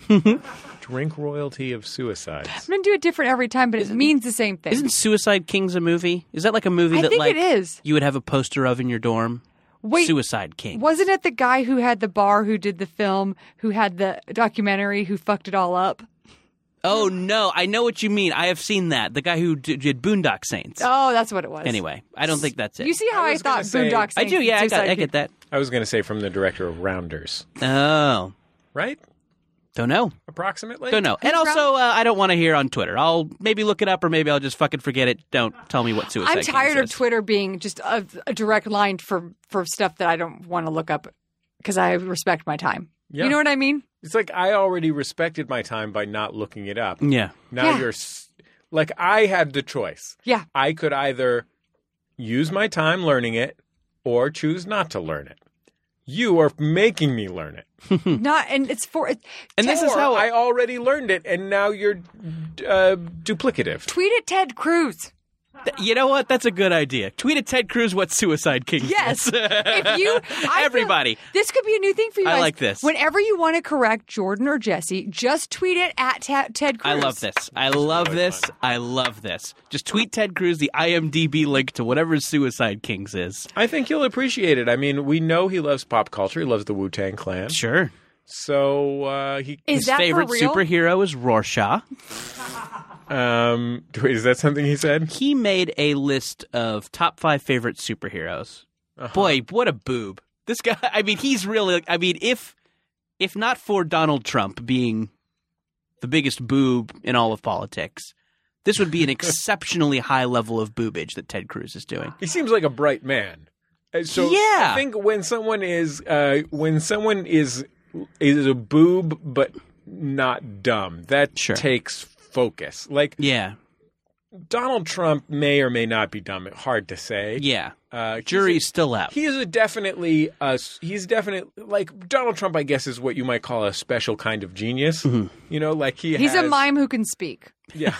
Drink royalty of suicides.
I'm gonna do it different every time, but it means the same thing.
Isn't Suicide Kings a movie? Is that like a movie
I
that
think
like
it is.
you would have a poster of in your dorm?
Wait,
Suicide King.
Wasn't it the guy who had the bar, who did the film, who had the documentary, who fucked it all up?
Oh no, I know what you mean. I have seen that. The guy who d- did Boondock Saints.
Oh, that's what it was.
Anyway, I don't think that's it.
you see how
I
I,
was gonna
thought
say-
Boondock
I
Saints
do. Yeah, I,
and
got,
Suicide
I get that.
I was going to say from the director of Rounders,
Oh,
right?
don't know.
Approximately.
Don't know. And also, uh, I don't want to hear on Twitter. I'll maybe look it up, or maybe I'll just fucking forget it. Don't tell me what Suicide.
I'm tired
King
of
says.
Twitter being just a, a direct line for for stuff that I don't want to look up because I respect my time.
Yeah.
You know what I mean?
It's like I already respected my time by not looking it up.
Yeah.
Now
Yeah.
you're s- like I had the choice.
Yeah.
I could either use my time learning it or choose not to learn it. You are making me learn it.
Hmm.
Not and it's for it,
And this is
Or
how
I already learned it, and now you're uh, duplicative.
tweet at Ted Cruz.
Th- You know what? That's a good idea. Tweet at Ted Cruz what Suicide King
Yes.
says.
if you I feel-
Everybody.
this could be a new thing for you
I
guys.
like this.
Whenever you want to correct Jordan or Jesse, just tweet it at Ta- Ted Cruz.
[laughs] I love this. I love this. I love this. Just tweet Ted Cruz the IMDb link to whatever Suicide Kings is.
I think you'll appreciate it. I mean, we know he loves pop culture. He loves the Wu Tang Clan.
Sure.
So uh, he
Is
His
that
favorite
for real?
superhero is Rorschach.
um, [laughs] wait, is that something he said?
He made a list of top five favorite superheroes.
Uh-huh.
Boy, what a boob! This guy. [laughs] I mean, he's really. I mean, if if not for Donald Trump being the biggest boob in all of politics, this would
[laughs]
be an exceptionally high level of boobage that Ted Cruz is doing.
He seems like a bright man. Uh, So
Yeah.
I think when someone is uh, when someone is is a boob but not dumb, that
Sure.
takes focus. Like
Yeah,
Donald Trump may or may not be dumb. Hard to say.
yeah.
Uh, he's
Jury's
a-
still out.
He is a definitely a s- he's definitely like Donald Trump. I guess is what you might call a special kind of genius.
Mm-hmm.
You know, like he
He's
has,
a mime who can speak.
Yeah,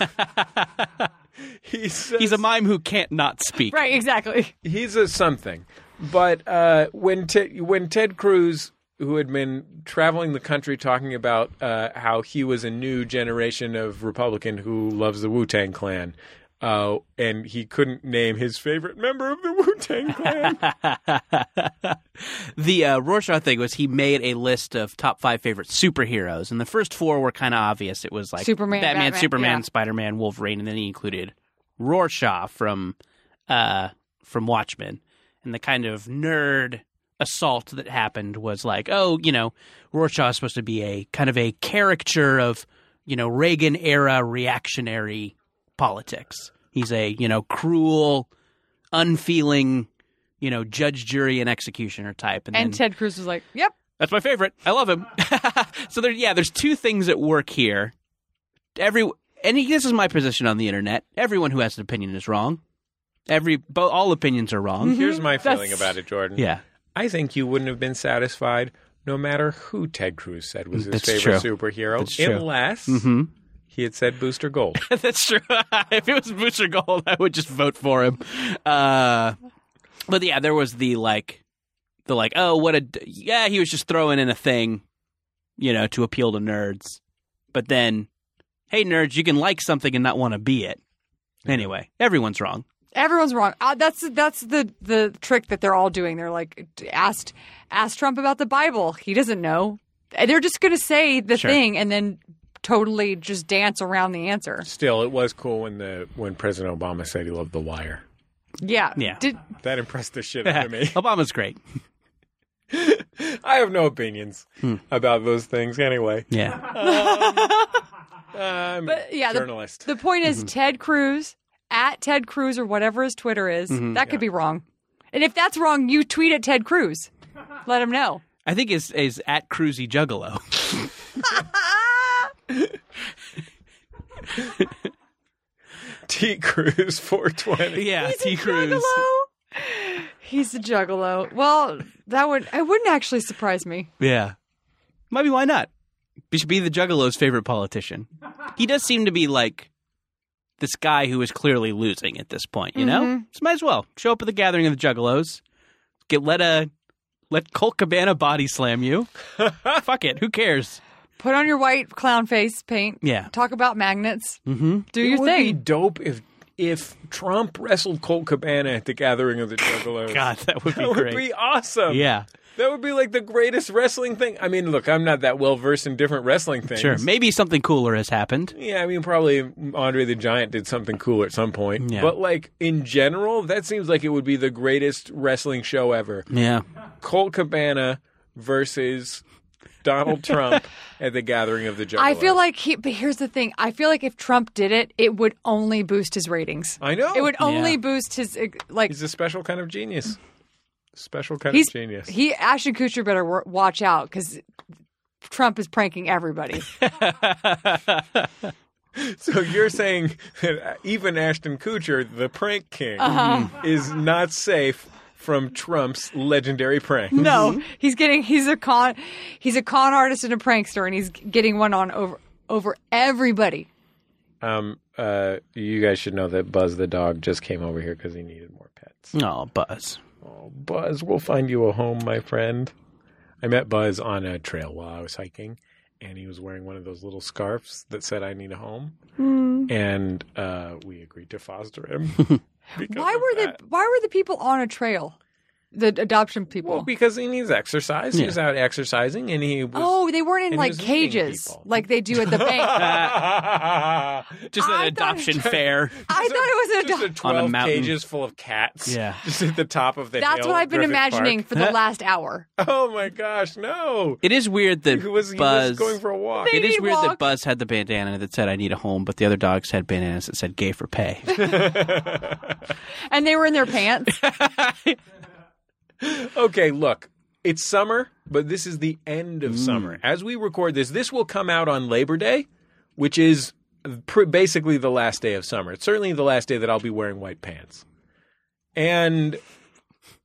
he's
He's a mime who can't not speak.
Right, exactly.
he's a something. But uh, when Te- when Ted Cruz, who had been traveling the country talking about uh, how he was a new generation of Republican who loves the Wu Tang Clan, uh, and he couldn't name his favorite member of the Wu Tang Clan,
[laughs] the uh, Rorschach thing was he made a list of top five favorite superheroes, and the first four were kind of obvious. It was like
Superman,
Batman,
Batman,
Superman,
yeah.
Spider Man, Wolverine, and then he included Rorschach from uh, from Watchmen. And the kind of nerd assault that happened was like, oh, you know, Rorschach is supposed to be a kind of a caricature of you know Reagan era reactionary politics. He's a you know cruel, unfeeling you know, judge, jury, and executioner type. And,
And
then,
Ted Cruz was like, "Yep,
that's my favorite. I love him. [laughs] so there, yeah, there's two things at work here. Every and this is my position on the internet. Everyone who has an opinion is wrong. Every bo- all opinions are wrong.
here's my feeling about it, Jordan.
Yeah,
I think you wouldn't have been satisfied no matter who Ted Cruz said was his
That's
favorite
true.
superhero,
That's true. Mm-hmm.
unless he had said Booster
[laughs]
Gold.
that's true. if it was Booster Gold, I would just vote for him. Uh, but yeah, there was the like, the like, oh, what a d- yeah, he was just throwing in a thing, you know, to appeal to nerds. But then, hey, nerds, you can like something and not want to be it. Anyway, everyone's [laughs] wrong.
everyone's wrong." Uh, that's that's the the trick that they're all doing. They're like, "Asked asked Trump about the Bible. He doesn't know." They're just going to say the thing and then totally just dance around the answer.
Still, it was cool when the when President Obama said he loved The Wire.
Yeah.
Yeah.
Did,
That impressed the
[laughs]
shit out of me.
Obama's great. [laughs]
I have no opinions about those things anyway.
Yeah.
I'm
But,
a
yeah, the-
journalist. [laughs]
the point
Mm-hmm.
is Ted Cruz at Ted Cruz or whatever his Twitter is.
Mm-hmm.
that could be wrong. And if that's wrong, you tweet at Ted Cruz. Let him know.
I think is is at Cruzy Juggalo.
T Cruz
[laughs]
420.
yeah, T Cruz.
Juggalo. He's a juggalo. Well, that would it wouldn't actually surprise me.
Yeah. Maybe why not? He should be the Juggalo's favorite politician. He does seem to be like this guy who is clearly Mm-hmm. losing at this point, you know? So might as well show up at the gathering of the Juggalos, get let a Let Colt Cabana body slam [laughs] you. Fuck it. Who cares?
Put on your white clown face paint.
Yeah.
Talk about magnets. Mm-hmm. Do
It
your
would be
thing.
dope if if Trump wrestled Colt Cabana at the Gathering of the Juggalos.
[laughs] God, that would be
that would
great.
be awesome.
yeah.
that would be like the greatest wrestling thing. I mean, look, I'm not that well versed in different wrestling things.
Sure. Maybe something cooler has happened.
Yeah, I mean, probably Andre the Giant did something cool at some point.
Yeah.
But, like, in general, that seems like it would be the greatest wrestling show ever.
Yeah.
Colt Cabana versus Donald
[laughs]
Trump at the Gathering of the Juggalos.
I feel like he, but here's the thing. I feel like if Trump did it, it would only boost his ratings.
I know.
It would only
Yeah.
boost his eh, like.
He's a special kind of genius. Special kind
He's
of genius.
He Ashton Kutcher better wor- watch out because Trump is pranking
[laughs]
everybody. [laughs]
so you're saying that uh, even Ashton Kutcher, the prank king,
Uh-huh.
is not safe from Trump's legendary prank.
Mm-hmm.
no, he's getting he's a con he's a con artist and a prankster, and he's getting one on over over everybody.
Um, uh, you guys should know that Buzz the dog just came over here because he needed more pets.
Oh, Buzz.
Buzz, we'll find you a home, my friend. I met Buzz on a trail while I was hiking, and he was wearing one of those little scarves that said, I need a home.
Hmm.
And uh, we agreed to foster
[laughs]
him. because
Why
of
were the
that.
why were the people on a trail? The adoption people.
Well, because he needs exercise. He was out exercising, and he was. [laughs]
oh, they weren't
and he
in like
was meeting
cages
people.
like they do at
[laughs]
the bank.
Just an
I thought-
adoption fair.
I thought it was an
Just a
adoption.
12
mountain.
cages full of cats.
Yeah.
[laughs] Just at the top of the
That's
hill
what
at
I've been
Griffith Park.
imagining for the last hour.
[laughs] Oh my gosh, no.
[laughs] It is weird that
He was, he
Buzz.
was going for a walk.
it is
Baby
weird
walk.
that Buzz had the bandana that said "I need a home," but the other dogs had bandanas that said "Gay
[laughs]
for pay."
And they were in their pants.
Okay, look. It's summer, but this is the end
Mm.
of summer. As we record this, this will come out on Labor Day, which is pr- basically the last day of summer. It's certainly the last day that I'll be wearing white pants. And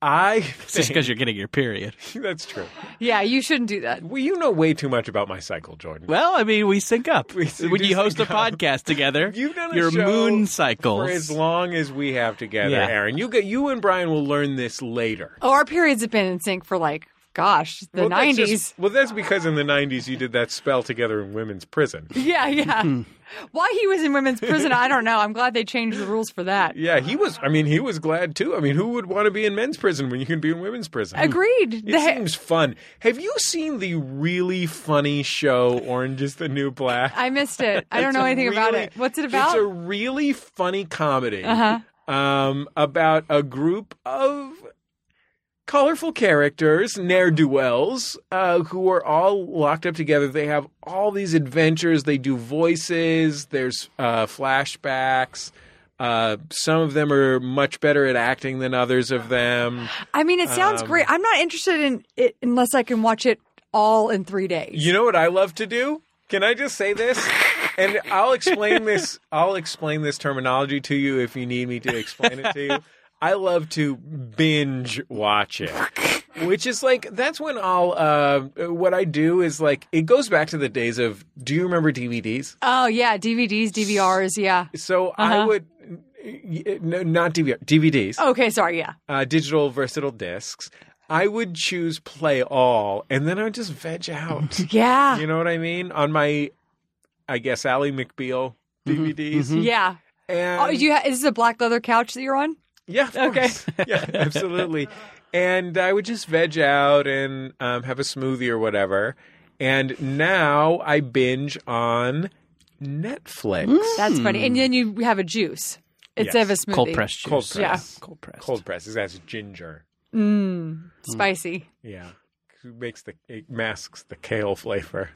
I
[laughs] It's just
think
because you're getting your period.
[laughs] that's true.
yeah, you shouldn't do that.
Well, you know way too much about my cycle, Jordan.
Well, I mean, we sync up
We do
when you host a
sync up.
podcast together.
[laughs] You've done a
your
show
moon
For
cycles.
as long as we have together,
Yeah.
Aaron, you get you and Brian will learn this later.
Oh, our periods have been in sync for like, gosh, the
Well, that's
nineties. [laughs]
just- well, that's because in the '90s you did that spell together in women's prison.
Yeah,
[laughs]
yeah. Why he was in women's prison, I don't know. I'm glad they changed the rules for that.
Yeah, he was. I mean, he was glad too. I mean, who would want to be in men's prison when you can be in women's prison?
Agreed.
It
The-
seems fun. Have you seen the really funny show Orange is the New Black?
I missed it. [laughs] I don't
It's
know
a
anything about
really-
it. What's it about? Uh-huh.
It's a really funny comedy um, about a group of colorful characters, ne'er do wells, uh, who are all locked up together. They have all these adventures. They do voices. There's uh, flashbacks. Uh, some of them are much better at acting than others of them.
I mean, it sounds
um,
great. I'm not interested in it unless I can watch it all in three days.
You know what I love to do? Can I just say this? And I'll explain this. I'll explain this terminology to you if you need me to explain it to you. I love to binge watch it, which is like that's when I'll. Uh, what I do is like it goes back to the days of. Do you remember DVDs?
Oh yeah, DVDs, DVRs, yeah.
So I would. No, not DVR, DVDs
Okay, sorry, yeah.
uh, digital versatile discs. I would choose play all, and then I would just veg out.
Yeah.
You know what I mean? On my, I guess, Ally McBeal DVDs.
Yeah.
And
Oh, you ha- is this a black leather couch that you're on?
yeah, of
Okay.
course. yeah, absolutely. And I would just veg out and um, have a smoothie or whatever. And now I binge on Netflix.
That's funny. And then you have a juice instead of a smoothie.
cold press juice.
Cold press.
Cold press.
Cold press. That's ginger.
Mm, spicy.
Yeah. It makes the it masks the kale flavor.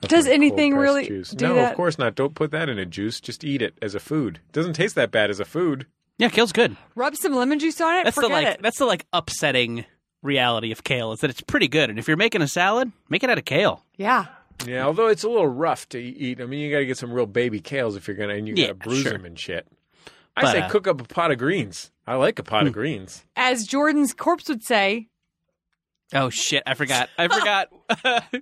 Does
Like
anything
cold-pressed
really
juice.
do
no
that?
of course not don't put that in a juice just eat it as a food doesn't taste that bad as a food
Yeah, kale's good.
Rub some lemon juice on it.
That's
forget
the like.
it.
That's the like upsetting reality of kale is that it's pretty good. And if you're making a salad, make it out of kale.
yeah.
yeah although it's a little rough to e-, eat i mean you gotta get some real baby kales if you're gonna and you gotta
Yeah,
bruise
sure.
them and shit i
But,
say
uh, Hmm.
cook up a pot of greens i like a pot of
[laughs]
greens
As Jordan's corpse would say,
Oh shit! I forgot. [laughs] I forgot.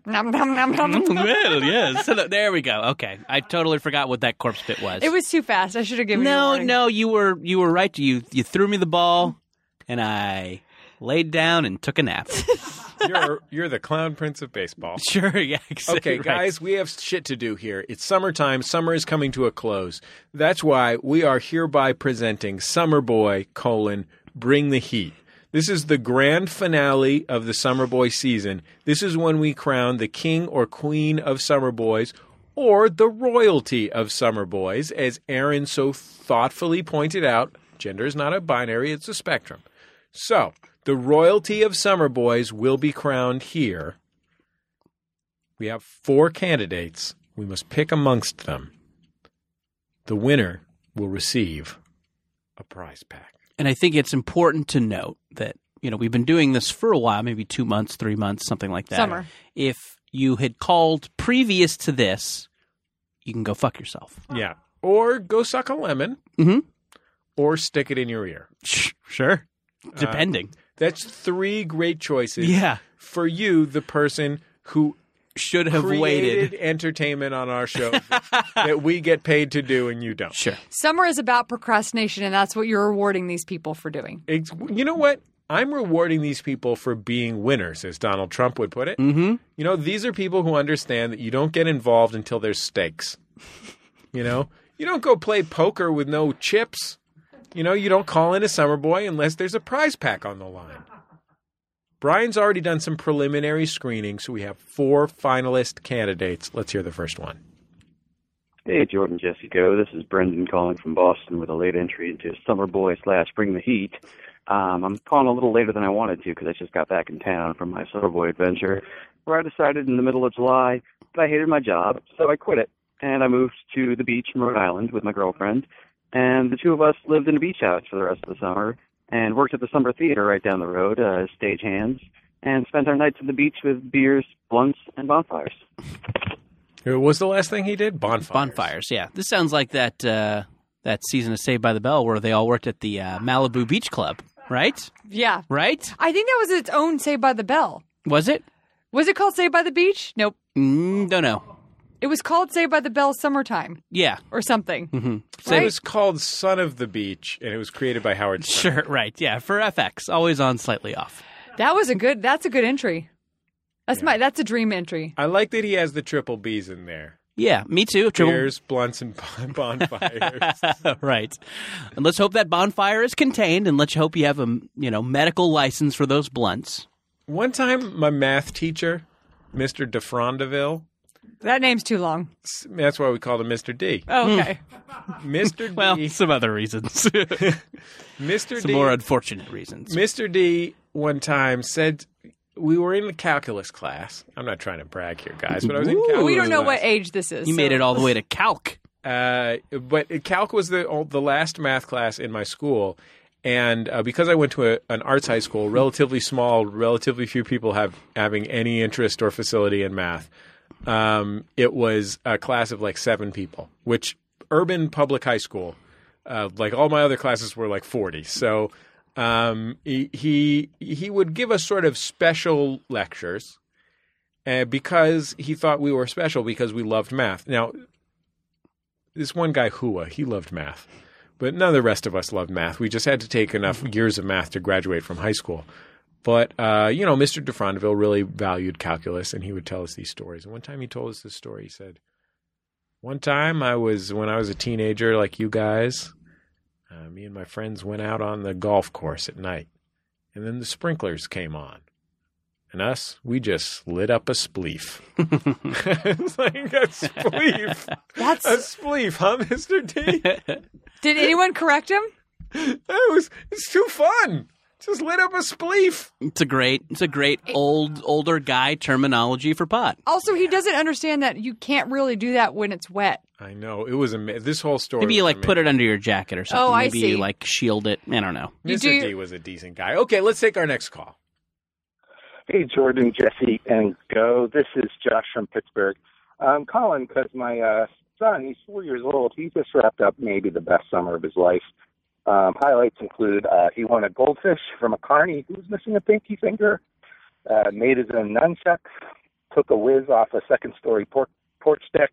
nom, nom, nom, nom,
Mm.
nom.
well, yes. So th- there we go. Okay, I totally forgot what that corpse bit was.
It was too fast. I should have given you a
no,
warning.
no. You were you were right. You you threw me the ball, and I laid down and took a nap.
[laughs] You're you're the clown prince of baseball.
sure, yeah. exactly
Okay,
[laughs] right.
guys, we have shit to do here. It's summertime. Summer is coming to a close. That's why we are hereby presenting Summer Boy, colon, Bring the Heat. This is the grand finale of the Summer Boy season. This is when we crown the king or queen of Summer Boys or the royalty of Summer Boys, as Aaron so thoughtfully pointed out. Gender is not a binary, it's a spectrum. So, the royalty of Summer Boys will be crowned here. We have four candidates. We must pick amongst them. The winner will receive a prize pack.
And I think it's important to note that, you know, we've been doing this for a while, maybe two months, three months, something like that.
Summer.
If you had called previous to this, you can go fuck yourself.
Yeah. Or go suck a lemon
Mhm.
or stick it in your ear.
Sure. Depending.
That's three great choices
yeah.
for you, the person who
Should have
created
waited.
entertainment on our show that we get paid to do and you
[laughs]
don't.
Sure.
Summer is about procrastination, and that's what you're rewarding these people for doing.
It's, you know what? I'm rewarding these people for being winners, as Donald Trump would put it.
Mm-hmm.
You know, these are people who understand that you don't get involved until there's stakes. You know, you don't go play poker with no chips. You know, you don't call in a summer boy unless there's a prize pack on the line. Brian's already done some preliminary screening, so we have four finalist candidates. Let's hear the first one.
Hey, Jordan, Jesse, go. This is Brendan calling from Boston with a late entry into Summer Boy slash Bring the Heat. Um, I'm calling a little later than I wanted to because I just got back in town from my Summer Boy adventure, where I decided in the middle of July that I hated my job, so I quit it and I moved to the beach in Rhode Island with my girlfriend. And the two of us lived in a beach house for the rest of the summer and worked at the summer theater right down the road uh, as stagehands and spent our nights at the beach with beers, blunts, and bonfires.
What was the last thing he did? Bonfires.
Bonfires. Yeah. This sounds like that uh, that season of Saved by the Bell where they all worked at the uh, Malibu Beach Club. Right.
Yeah.
Right.
I think that was its own Saved by the Bell.
Was it?
Was it called Saved by the Beach? Nope.
Mm, don't know.
It was called Saved by the Bell Summertime
Yeah. [laughs]
or something.
So It was called Son of the Beach, and it was created by Howard Stern.
Sure. Right. Yeah. For FX, always on, slightly off.
That was a good. That's a good entry. That's my. That's a dream entry.
I like that he has the triple B's in there.
Yeah. Me too. [laughs] Triple
Beers, blunts, and bon- [laughs] bonfires.
right. And let's hope that bonfire is contained, and let's hope you have a you know medical license for those blunts.
One time, my math teacher, Mr. DeFrondeville,
That name's too long.
s- that's why we called him Mr. D.
Oh, okay.
Hmm.
Mr.
[laughs]
D.
Well, some other reasons, [laughs] some
Mr. D.
more unfortunate reasons.
Mr. D one time said, we were in the calculus class. I'm not trying to brag here, guys, but I was in calculus.
we don't know what
class.
age this is.
You
so-
made it all the way to calc.
Uh, but calc was the all- the last math class in my school, and uh, because I went to a, an arts high school, relatively small, relatively few people have having any interest or facility in math. Um, it was a class of like seven people, which urban public high school, uh, like all my other classes were like forty. So um, he, he he would give us sort of special lectures. Uh, because he thought we were special because we loved math. Now, this one guy Hua, he loved math, but none of the rest of us loved math. We just had to take enough years of math to graduate from high school. But uh, you know, Mr. DeFrondeville really valued calculus, and he would tell us these stories. And one time, he told us this story. He said, "One time, I was when I was a teenager, like you guys, uh, me and my friends went out on the golf course at night, and then the sprinklers came on." And us, we just lit up a spleef. it's like a
[laughs]
spleef.
That's-
a spleef, huh, Mister D?
Did anyone correct him?
That was it's too fun. Just lit up a spleef.
It's a great, it's a great old older guy terminology for pot.
Also, he doesn't understand that you can't really do that when it's wet.
I know it was amazing. This whole story.
Maybe you
was
like put it under your jacket or something.
Oh, I
Maybe you
see.
like shield it. I don't know.
You
amazing.
do-
Mr. D was a decent guy. Okay, let's take our next call.
Hey, Jordan, Jesse, and Go. This is Josh from Pittsburgh. I'm calling because my uh, son, he's four years old. He just wrapped up maybe the best summer of his life. Um, highlights include uh, he won a goldfish from a carny who was missing a pinky finger, uh, made his own nunchuck, took a whiz off a second story por- porch deck,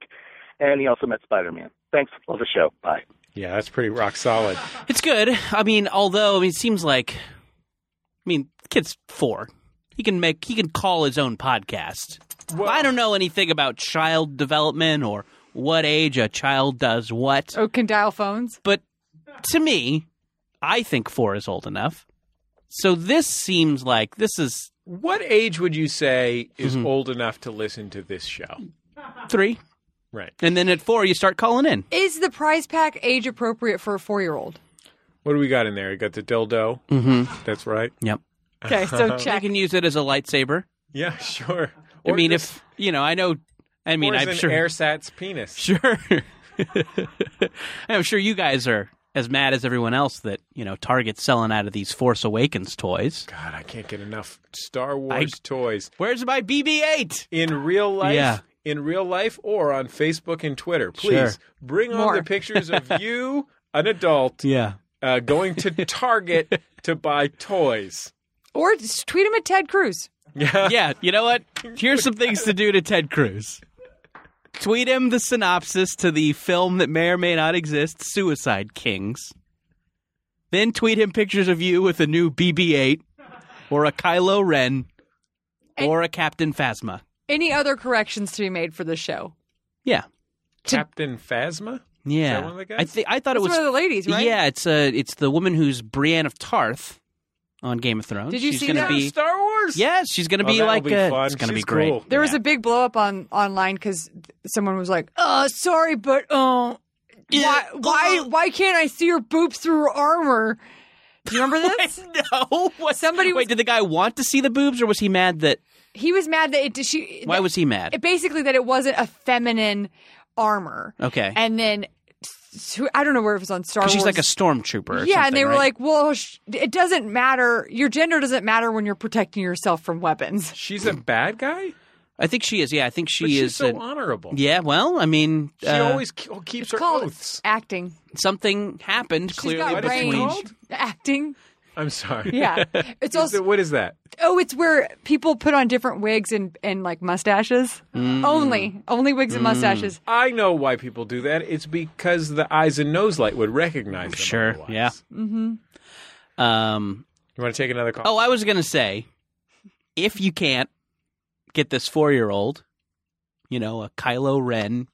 and he also met Spider Man. Thanks. Love the show. Bye.
Yeah, that's pretty rock solid.
It's good. I mean, although I mean, it seems like, I mean, kid's four. He can make he can call his own podcast. I don't know anything about child development or what age a child does what.
Oh, can dial phones?
But to me, I think four is old enough. So this seems like this is
What age would you say is old enough to listen to this show?
three,
Right.
and then at four you start calling in.
Is the prize pack age appropriate for a four year old?
What do we got in there? You got the dildo.
Mm-hmm.
That's right.
Yep.
[laughs]
Okay, so
You
check.
can use it as a lightsaber.
Yeah, [laughs] sure.
I mean,
just-
if you know, I know. I mean,
or as
I'm
an
sure.
AirSat's penis.
[laughs] Sure. I'm sure you guys are as mad as everyone else that, you know, Target's selling out of these Force Awakens toys.
God, I can't get enough Star Wars toys
Where's my BB 8?
in real life.
Yeah.
In real life or on Facebook and Twitter. Please
Sure.
bring on
More.
the pictures of
[laughs]
you, an adult,
Yeah.
uh, going to
[laughs]
Target to buy toys.
Or just tweet him at Ted Cruz.
Yeah.
Yeah, you know what? Here's some things to do to Ted Cruz. Tweet him the synopsis to the film that may or may not exist, Suicide Kings. Then tweet him pictures of you with a new BB 8 or a Kylo Ren or a Captain Phasma.
Any other corrections to be made for the show?
Yeah.
[laughs] Captain Phasma?
Yeah.
one of the guys?
I, thi- I thought
That's
it was
one of the ladies, right?
Yeah, it's uh, it's the woman who's Brienne of Tarth on Game of Thrones.
Did you
she's
see
gonna
that?
Be,
Star Wars?
yes, she's going to
Oh,
be
that'll
like
be
a,
fun.
it's going to be
She's
great.
cool.
There was a big blow up on online because someone was like, "Uh, sorry, but um, why, why,
Oh. [laughs]
why can't I see your boobs through armor?" Do you remember this?
[laughs] no, what?
Somebody was-
Wait, did the guy want to see the boobs, or was he mad that?
he was mad that it did. She
Why
that-
was he mad?
it basically that it wasn't a feminine armor.
Okay.
and then s- I don't know where it was on Star
'Cause
Wars.
she's like a stormtrooper. Or
yeah,
something,
and they were
right?
like, "Well, sh- it doesn't matter. Your gender doesn't matter when you're protecting yourself from weapons."
She's a bad guy?
I think she is. Yeah, I think she
but she's
is.
so
a-
honorable.
yeah, well, I mean,
She
uh,
always ke- oh, keeps her
Called
oaths.
acting.
something happened
She's
clearly
got
What is it
range.
between.
called?
Acting.
I'm sorry. [laughs]
[laughs]
Yeah. It's also
what is that?
oh, it's where people put on different wigs and and like mustaches.
Mm.
Only only wigs and mustaches.
I know why people do that. It's because the eyes and nose light would recognize them.
Sure,
otherwise.
yeah. Um,
You want to take another call?
Oh, I was going to say if you can't get this four year old, you know, a Kylo Ren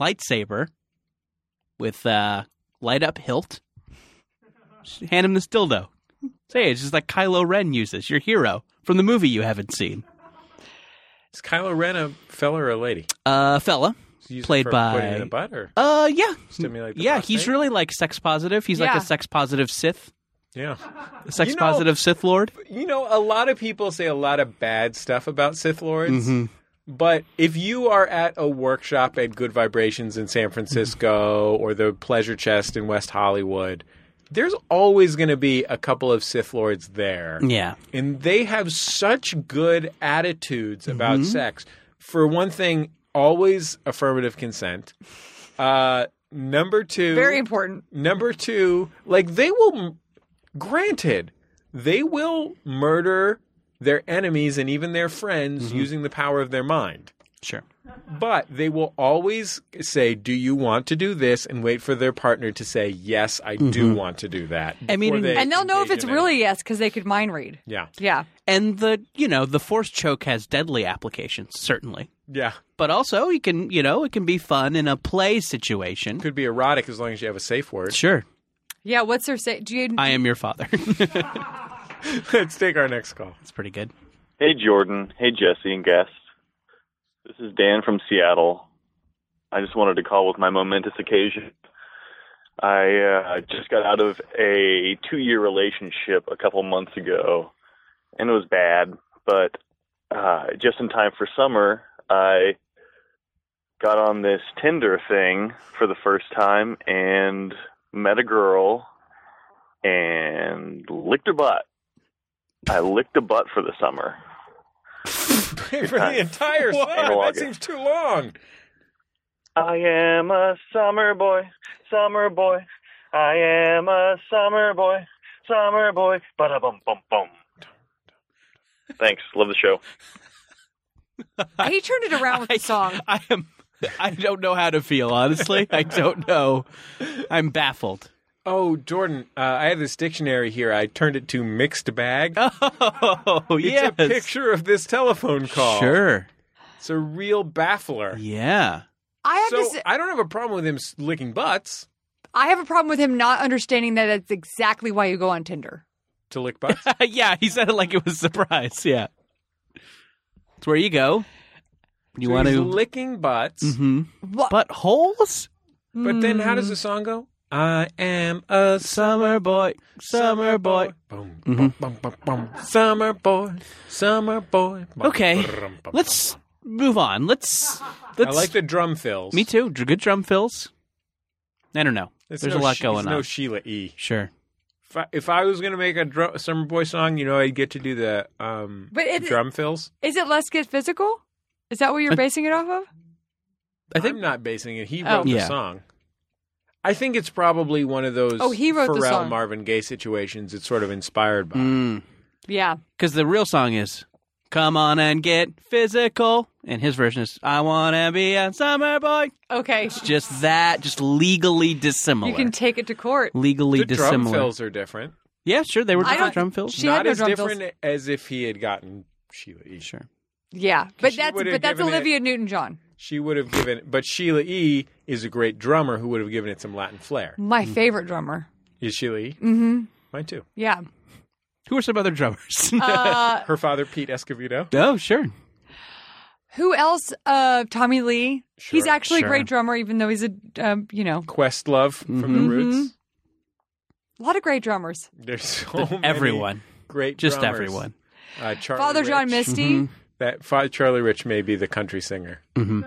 lightsaber with uh, light up hilt, just hand him this dildo. Say it's just like Kylo Ren uses, your hero from the movie you haven't seen.
Is Kylo Ren a fella or a lady?
Uh, fella.
Is he used
Played
for
by-
putting in a butt or
Uh, yeah.
stimulate the
Yeah,
prostate?
he's really like sex positive. He's like
Yeah.
a sex positive Sith,
yeah.
a sex
You know-
positive Sith Lord.
You know, a lot of people say a lot of bad stuff about Sith lords,
Mm-hmm.
but if you are at a workshop at Good Vibrations in San
[laughs]
Francisco or the Pleasure Chest in West Hollywood, there's always going to be a couple of Sith lords there.
Yeah.
and they have such good attitudes
Mm-hmm.
about sex. For one thing, always affirmative consent. Uh, number two,
Very important.
number two, like they will. Granted, they will murder their enemies and even their friends using the power of their mind.
Sure.
But they will always say, "Do you want to do this?" and wait for their partner to say, "Yes, I do want to do that."
I mean,
before they
And they'll know if
engage
it's
in it.
really yes because they could mind read.
yeah,
Yeah.
And the, you know, the force choke has deadly applications, certainly.
yeah.
but also you can you know it can be fun in a play situation
could be erotic as long as you have a safe word.
sure
Yeah. What's their say? Do you?
i am your father [laughs]
[laughs] Let's take our next call. [laughs]
it's pretty good
Hey, Jordan. Hey, Jesse and guests. This is Dan from Seattle. I just wanted to call with my momentous occasion. I uh, just got out of a two year relationship a couple months ago, and it was bad, but uh, just in time for summer, uh, I got on this Tinder thing for the first time and met a girl and licked her butt. I licked a butt for the summer.
for the entire summer. That
August.
seems too long.
I am a summer boy, summer boy. I am a summer boy, summer boy. Ba bum bum bum. Thanks. Love the show.
[laughs]
he turned it around with the song.
[laughs] i am i don't know how to feel honestly i don't know i'm baffled [laughs]
Oh, Jordan, uh, I have this dictionary here. I turned it to mixed bag.
Oh,
it's
yes.
a picture of this telephone call.
Sure.
It's a real baffler. [laughs]
Yeah.
I have
So
to say,
I don't have a problem with him s- licking butts
I have a problem with him not understanding that that's exactly why you go on Tinder.
to lick butts.
yeah, he said it like it was a surprise. Yeah. It's where you go. [laughs] You
So
want
he's
to.
licking butts.
hmm
What?
Buttholes?
But then
Mm.
how does the song go? I am a
summer boy, summer boy.
Boom,
Mm-hmm.
bum, bum, bum, bum. Summer boy, summer boy. Bum,
Okay.
brum, bum.
Let's move on. Let's.
I
let's
like the drum fills.
Me too. Dr- Good drum fills. I don't know.
It's
There's
no
a lot
Sh-
going
it's
on.
no Sheila E.
sure.
If I, if I was going to make a drum, summer boy song, you know, I'd get to do the um,
But it's-
drum fills.
Is it Let's Get Physical? Is that what
Uh,
you're basing it off of?
I think I'm not basing it. He
Oh.
wrote the
Yeah.
song. I think it's probably one of those
Oh, he wrote the
Pharrell
song.
Marvin Gaye situations. It's sort of inspired by.
Because
Yeah.
the real song is "Come on and get physical," and his version is "I wanna be a summer boy."
Okay.
Just that, just legally dissimilar.
You can take it
[laughs]
to court.
legally
The drum
dissimilar.
fills are different.
Yeah, sure. They were
I
different
don't-
drum fills.
She
not
had no
as
drum fills.
different as if he had gotten Sheila E.
Sure.
Yeah, but
She
that's
would've
but that's
given it-
Olivia Newton-John.
She would have given, but Sheila E. is a great drummer who would have given it some Latin flair.
My favorite drummer.
Is Sheila E?
Mm-hmm.
Mine too.
Yeah.
Who are some other drummers?
[laughs] Uh,
Her father, Pete Escovedo.
[laughs] oh, sure.
who else? Uh, Tommy Lee. he's
Sure,
actually
sure.
a great drummer, even though he's a um, you know
Questlove from
Mm-hmm.
The
Mhm.
Roots.
a lot of great drummers.
There's so many
everyone.
great,
Just
drummers.
everyone.
Uh, Charlie
Father John
Rich. Mm-hmm.
Misty.
That Fa- Charlie Rich may be the country singer.
hmm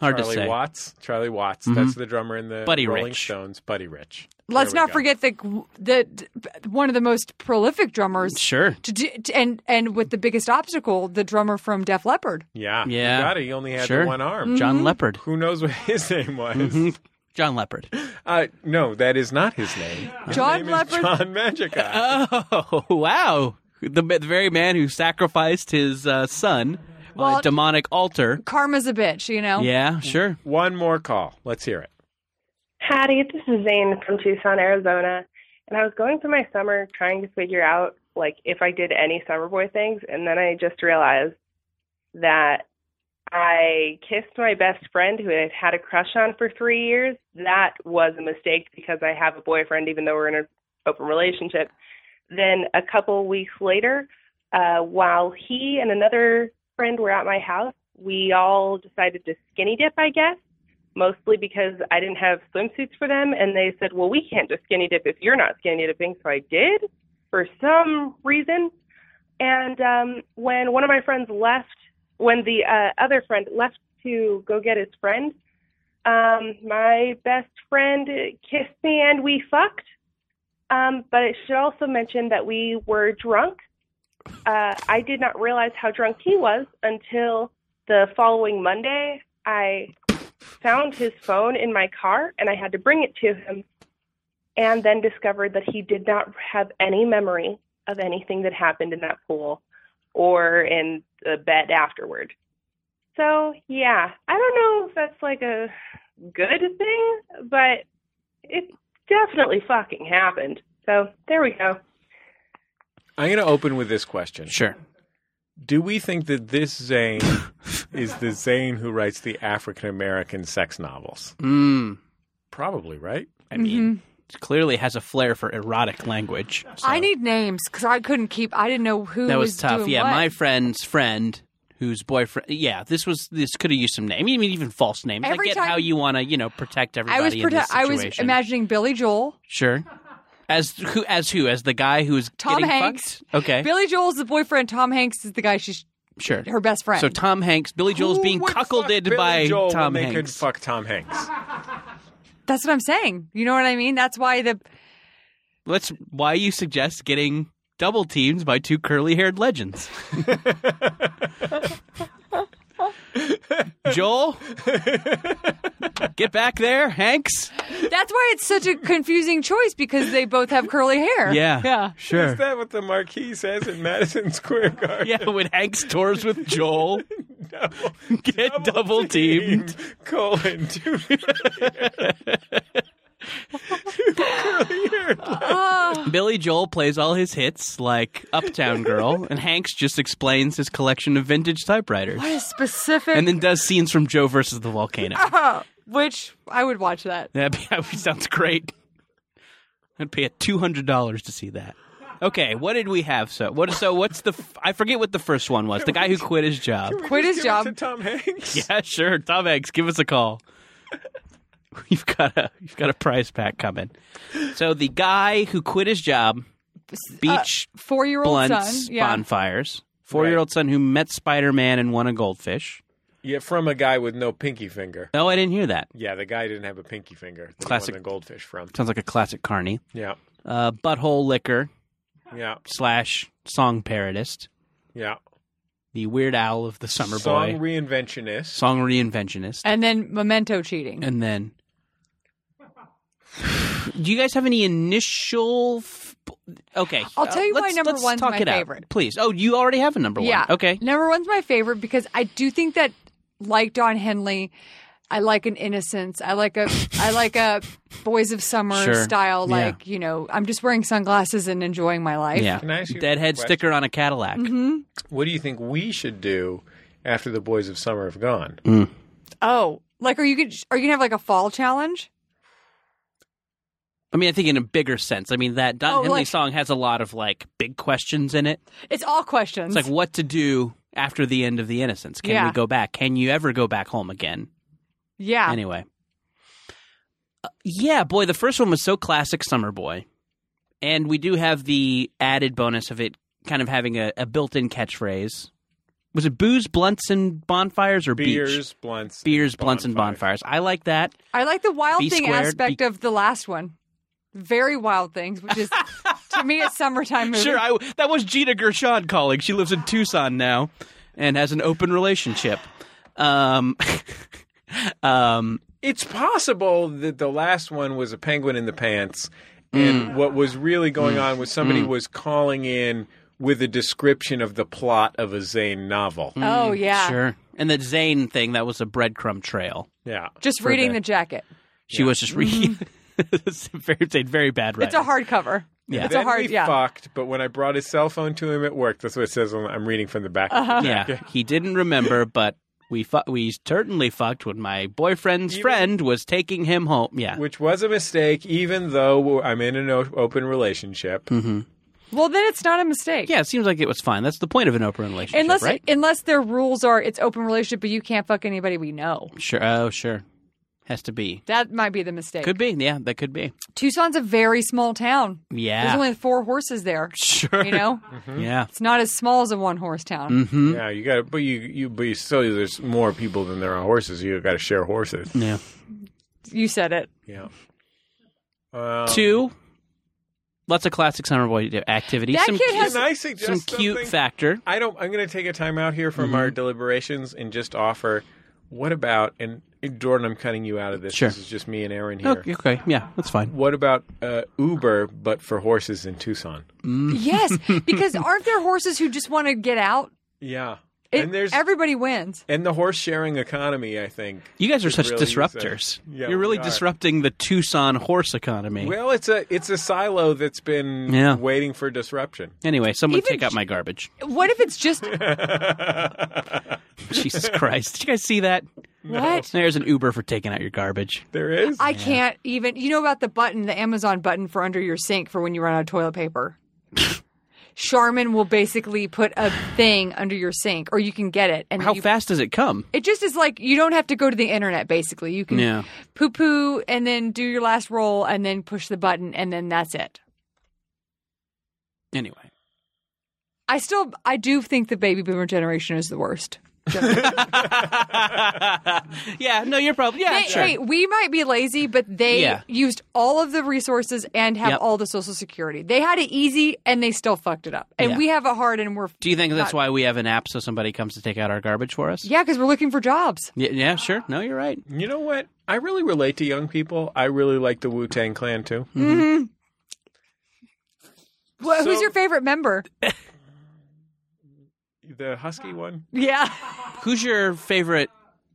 Hard
Charlie
to say.
Watts. Charlie Watts.
Mhm.
That's the drummer in the
Buddy
Rolling
Rich.
Stones. Buddy Rich.
Let's
There we
not
go.
forget that the, one of the most prolific drummers.
Sure.
To, do- to, and and with the biggest obstacle, the drummer from Def Leppard.
Yeah.
Yeah.
You got it. He only had
Sure. Mm-hmm.
the one arm.
Mm-hmm.
John Leopard.
Who knows what [laughs] his name was?
John Leopard.
Uh, no, that is not his name. His
John
name
Leopard-
Is John
[laughs]
Magica.
Oh, wow. The, ma- the very man who sacrificed his uh, son on
Well-
a demonic altar.
Karma's a bitch, you know.
Yeah, sure.
One more call. Let's hear it.
Hattie, this is Zane from Tucson, Arizona. And I was going through my summer trying to figure out like if I did any summer boy things and then I just realized that I kissed my best friend who I had a crush on for 3 years. That was a mistake because I have a boyfriend even though we're in an open relationship. Then a couple weeks later, uh while he and another friend were at my house, we all decided to skinny dip, I guess mostly because I didn't have swimsuits for them. And they said, well, we can't just skinny dip if you're not skinny dipping. So I did for some reason. And um, when one of my friends left, when the uh, other friend left to go get his friend, um, my best friend kissed me and we fucked. Um, but it should also mention that we were drunk. Uh, I did not realize how drunk he was until the following Monday. I found his phone in my car and I had to bring it to him and then discovered that he did not have any memory of anything that happened in that pool or in the bed afterward. So, yeah, I don't know if that's like a good thing, but it definitely fucking happened. So, there we go.
I'm going to open with this question.
Sure.
Do we think that this
[laughs]
Zane is the Zane who writes the African American sex novels?
Mm.
Probably, right?
I mean,
Mm-hmm.
clearly has a flair for erotic language. so
I need names because I couldn't keep. I didn't know who
that was,
was,
tough.
doing
Yeah,
what.
my friend's friend, whose boyfriend. Yeah, this was this could have used some name. I mean, even false names. I
Every
get
time-
how you want to, you know, protect everybody
I was
in this
prote- I was
situation.
imagining Billy Joel.
Sure. As who? As who? As the guy who's
Tom
getting
Hanks.
fucked? Okay.
Billy Joel's the boyfriend. Tom Hanks is the guy she's
sure.
her best friend.
So Tom Hanks, Billy Joel's
Who
being
would fuck
cuckolded
Billy
by
Joel
Tom
when They could
Hanks.
fuck Tom Hanks.
That's what I'm saying. You know what I mean? That's why the
That's why you suggest getting double teamed by two curly-haired [laughs] legends. Joel, get back there, Hanks.
that's why it's such a confusing choice because they both have curly hair.
Yeah.
Yeah.
Is
Sure.
that what the Marquis says in Madison Square Garden?
Yeah, when Hanks tours with [laughs] Joel,
[laughs]
get double, teamed.
Colon, two curly, two curly
Billy Joel plays all his hits like Uptown Girl, and Hanks just explains his collection of vintage typewriters.
What a specific.
And then does scenes from Joe versus the volcano.
Oh, which I would watch that.
That'd be- [laughs] That sounds great. I'd pay two hundred dollars to see that. Okay, what did we have? So what? So what's the? f- I forget what the first one was. The guy who quit his job.
Quit his job.
Tom Hanks.
[laughs] Yeah, sure. Tom Hanks, give us a call. [laughs] You've got a you've got a prize pack coming. So the guy who quit his job, beach
Four year old uh, son.
blunts
Yeah.
bonfires, four year old son who met Spider Man and won a goldfish.
Yeah, from a guy with no pinky finger.
No, I didn't hear that.
Yeah, the guy didn't have a pinky finger. That he
Classic.
won the goldfish from.
Sounds like a classic Carney.
Yeah.
Uh, butthole liquor
Yeah,
slash song parodist,
yeah.
the weird owl of the summer
Song
boy,
reinventionist.
song reinventionist,
And then memento cheating.
and then. [sighs] Do you guys have any initial? F- okay,
I'll tell you
uh,
my
let's-
number
let's
one's
talk
my
it out,
favorite.
Please. Oh, you already have a number one.
Yeah.
Okay.
Number one's my favorite because I do think that like Don Henley, I like an innocence. I like a I like a Boys of Summer
Sure.
style.
Yeah.
Like you know, I'm just wearing sunglasses and enjoying my life.
Yeah.
Can I ask you a
Deadhead
question?
sticker on a Cadillac.
hmm
What do you think we should do after the boys of summer have gone?
Oh, like are you gonna, are you gonna have like a fall challenge?
I mean, I think in a bigger sense. I mean, that Don
Oh,
Henley
like-
song has a lot of like big questions in it.
It's all questions.
It's like what to do after the end of the innocence. Can
Yeah.
we go back? Can you ever go back home again?
yeah.
Anyway. Uh, yeah, boy, the first one was so classic Summer Boy. And we do have the added bonus of it kind of having a, a built in catchphrase. Was it booze, blunts, and bonfires or beach?
Beers, blunts,
Beers, blunts, and bonfires. I like that.
I like the wild
B
thing
squared,
aspect
B-
of the last one. Very wild things, which is to me a summertime movie.
Sure, I, that was Gina Gershon calling. She lives in Tucson now and has an open relationship. Um, [laughs] um,
It's possible that the last one was a penguin in the pants,
Mm.
and what was really going on was somebody was calling in with a description of the plot of a Zane novel.
oh yeah.
Mm, Sure. And that Zane thing, that was a breadcrumb trail.
Yeah.
Just
For
reading
the-
the jacket.
She was just reading. It's very, [laughs] very bad writing.
Mm-hmm. It's a hardcover.
Yeah.
It's
then
a hard
we
yeah.
fucked, but when I brought his cell phone to him at work, that's what it says. On, I'm reading from the back. of the
Uh-huh.
jacket.
yeah, he didn't remember, but we fu- we certainly fucked when my boyfriend's
Even-
friend was taking him home. Yeah.
Which was a mistake, even though I'm in an o- open relationship.
hmm
Mm-hmm. Well, then it's not a mistake.
Yeah, it seems like it was fine. That's the point of an open relationship,
Unless
right?
unless their rules are it's open relationship, but you can't fuck anybody we know.
Sure. Oh, sure. Has to be.
That might be the mistake.
Could be. Yeah, that could be.
Tucson's a very small town. There's
Yeah.
only four horses there.
[laughs] Sure.
You know,
Hmm?
Yeah.
it's not as small as a one horse town.
Mm-hmm.
Yeah, you got, but you, you, but you still, there's more people than there are horses. You got to share horses.
Mm.
Yeah.
You said it.
Yeah. Um,
Two. Lots of classic summer boy activities.
That
some
kid
cute,
has-
Can I suggest
some cute
something?
factor.
I don't. I'm going to take a time out here from our deliberations and just offer. What about and Jordan? I'm cutting you out of this.
Sure.
This is just me and Aaron here.
Okay, Oh, okay. Yeah, that's fine.
What about uh, Uber, but for horses in Tucson?
Mm-hmm. [laughs]
Yes, because aren't there horses who just want to get out?
Yeah,
It-
and there's
everybody wins.
and the horse sharing economy. I think.
You guys are
It
such
really is a-
disruptors.
Yeah,
You're really
we are.
disrupting the Tucson horse economy.
Well, it's a it's a silo that's been
Yeah.
waiting for disruption.
anyway, someone
Even
take out my garbage.
What if
[laughs]
it's just
[laughs] Jesus Christ. Did you guys see that?
what?
There's an Uber for taking out your garbage.
There is.
I can't even. You know about the button, the Amazon button for under your sink for when you run out of toilet
[laughs]
paper? Charmin will basically put a thing under your sink, or you can get it. And
How
you,
fast does it come?
It just is like you don't have to go to the internet, basically. You can
Yeah.
poo poo and then do your last roll and then push the button, and then that's it.
Anyway.
[laughs]
[laughs]
I still, I do think the baby boomer generation is the worst.
yeah, no, you're probably. Yeah,
They-
sure.
Hey, we might be lazy, but they
Yeah.
used all of the resources and have
Yep.
all the social security. They had it easy and they still fucked it up. And
Yeah.
we have it hard and we're
Do you think that's why we have an app so somebody comes to take out our garbage for us?
uh, yeah, because we're looking for jobs.
Yeah, yeah, sure. No, you're right.
You know what? I really relate to young people. I really like the Wu Tang Clan too.
Wh- Who's
So-
your favorite member?
The husky one,
Yeah,
Who's your favorite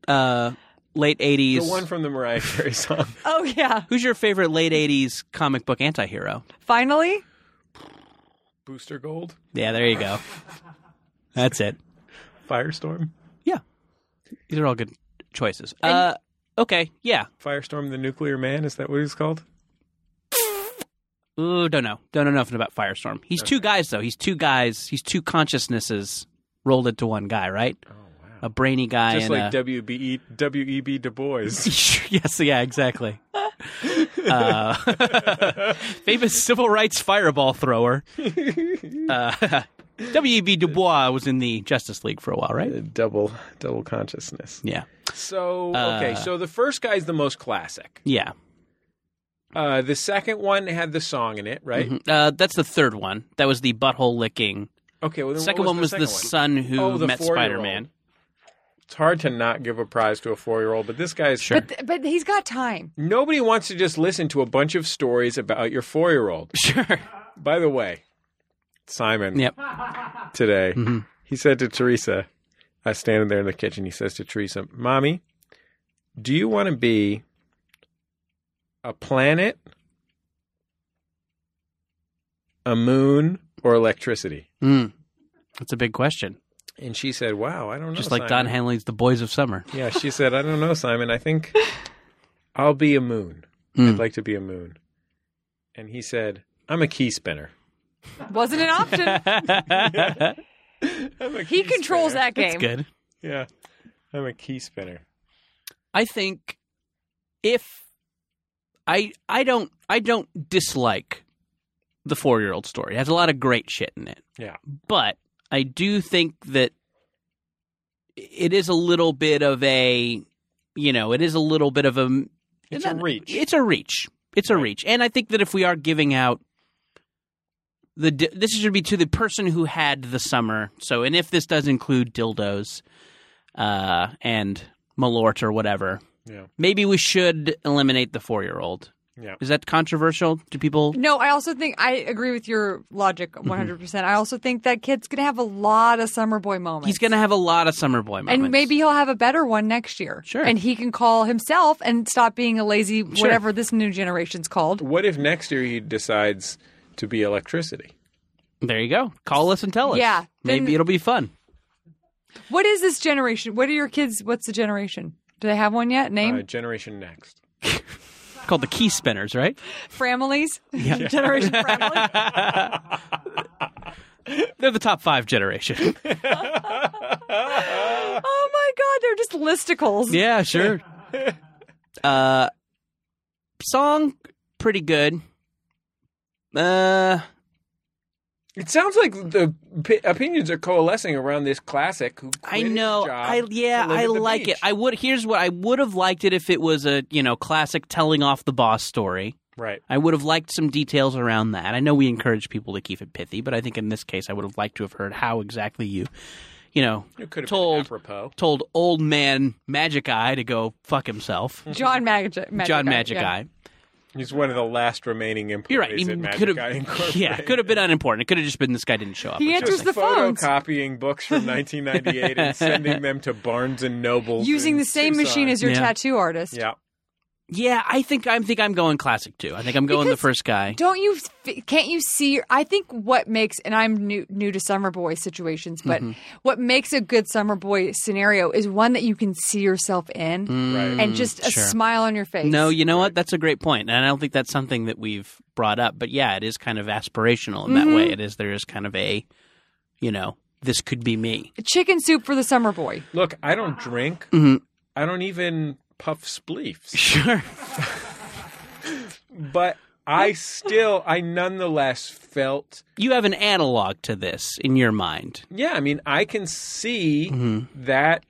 uh, late 80s?
the one from the Mariah Carey [laughs] song.
[laughs] oh yeah.
Who's your favorite late 80s comic book antihero?
Finally,
Booster Gold.
Yeah, there you
[laughs]
go. That's it.
Firestorm.
Yeah, these are all good choices. Uh, okay, yeah.
Firestorm, the nuclear man. Is that what he's called?
Ooh, don't know. Don't know nothing about Firestorm. He's two guys though. He's two guys. He's two consciousnesses rolled into one guy, right? Oh wow. A brainy guy
Just
and
like E,
a...
WBE, W.E.B. Du Bois.
[laughs] yes, yeah, exactly. uh, [laughs] famous civil rights
[laughs]
fireball thrower. Uh, [laughs] W.E.B. Du Bois was in the Justice League for a while,
[laughs]
right?
double double consciousness.
Yeah.
So okay,
Uh,
so the first guy's the most classic.
Yeah.
Uh, the second one had the song in it, right?
Mhm. Uh, that's the third one. That was the butthole licking.
Okay. Well, then
second
what
one
was
was
the
the
second
son
one?
who
Oh, the
met
four-year-old.
Spider Man.
It's hard to not give a prize to a four-year-old, but this guy's
But, th- but he's got time.
[laughs] Nobody wants to just listen to a bunch of stories about your four-year-old.
[laughs] Sure.
By the way, Simon.
Yep.
Today,
Mm-hmm.
he said to Teresa, "I was standing there in the kitchen." He says to Teresa, "Mommy, do you want to be a planet, a moon, or electricity?"
Mm. That's a big question.
And she said, "Wow, I don't know."
Just like
Simon."
Don Henley's The Boys of Summer.
Yeah, she said, I don't know, Simon. I think I'll be a moon.
Mm.
I'd like to be a moon. And he said, I'm a key spinner.
Wasn't an
[laughs]
option. he controls that game.
Good.
Yeah. I'm a key spinner.
I think if I I don't I don't dislike the four year old story. It has a lot of great shit in it.
Yeah.
But I do think that it is a little bit of a you know, it is a little bit of a
It's a reach.
It's a reach. It's a reach. And I think that if we are giving out the di- this should be to the person who had the summer. So, and if this does include dildos uh, and malort or whatever,
Yeah.
maybe we should eliminate the four-year-old.
Yeah.
Is that controversial? Do people?
No, I also think I agree with your logic
Mm-hmm.
100%. percent I also think that kid's going to have a lot of summer boy moments.
He's going to have a lot of summer boy moments.
And maybe he'll have a better one next year. Sure. And he can call himself and stop being a lazy, whatever this new generation's called.
What if next year he decides to be electricity?
There you go. Call us and tell us.
Yeah.
Maybe it'll be fun.
What is this generation? What are your kids? What's the generation? Do they have one yet? Name?
Uh, generation Next. [laughs]
Called the key spinners, right?
Families?
[laughs] Yeah.
[laughs] generation Family?
[laughs] They're the top five generation.
Oh my God, they're just listicles.
yeah, sure. Uh, song pretty good. Uh,
It sounds like the p- opinions are coalescing around this classic. Who quit
I
his
know.
job
I yeah,
to live
I
at the
like
beach.
it. I would. Here's what I would have liked it if it was a you know classic telling off the boss story.
Right.
I would have liked some details around that. I know we encourage people to keep it pithy, but I think in this case, I would have liked to have heard how exactly you, you know,
It could have
told
been apropos.
told old man Magic Eye to go fuck himself.
John Magic.
John
Eye,
Magic
Mm. yeah.
Eye.
He's one of the last remaining employees
You're right. He
at Magic
could
Eye
have,
Incorporated.
[laughs] yeah, could have been unimportant. It could have just been this guy didn't show up.
He
or
answers
something.
the phone.
photocopying books
[laughs]
from 1998 and sending them to Barnes and Noble.
Using the same machine as your
Yeah.
tattoo artist.
Yeah.
Yeah, I think I'm think I'm going classic too. I think I'm going the
Because
first guy.
Don't you f- can't you see I think what makes and I'm new new to summer boy situations but
Mhm.
what makes a good summer boy scenario is one that you can see yourself in
Right.
and just a
Mm, Sure.
smile on your face.
No, you know what? That's a great point, and I don't think that's something that we've brought up. But yeah, it is kind of aspirational in that
Mhm.
way. It is there is kind of a, you know, this could be me. [laughs]
Chicken soup for the summer boy.
Look, I don't drink.
Mm-hmm.
I don't even puff spleefs.
Sure.
but I still, I nonetheless felt.
You have an analog to this in your mind.
Yeah, I mean, I can see that.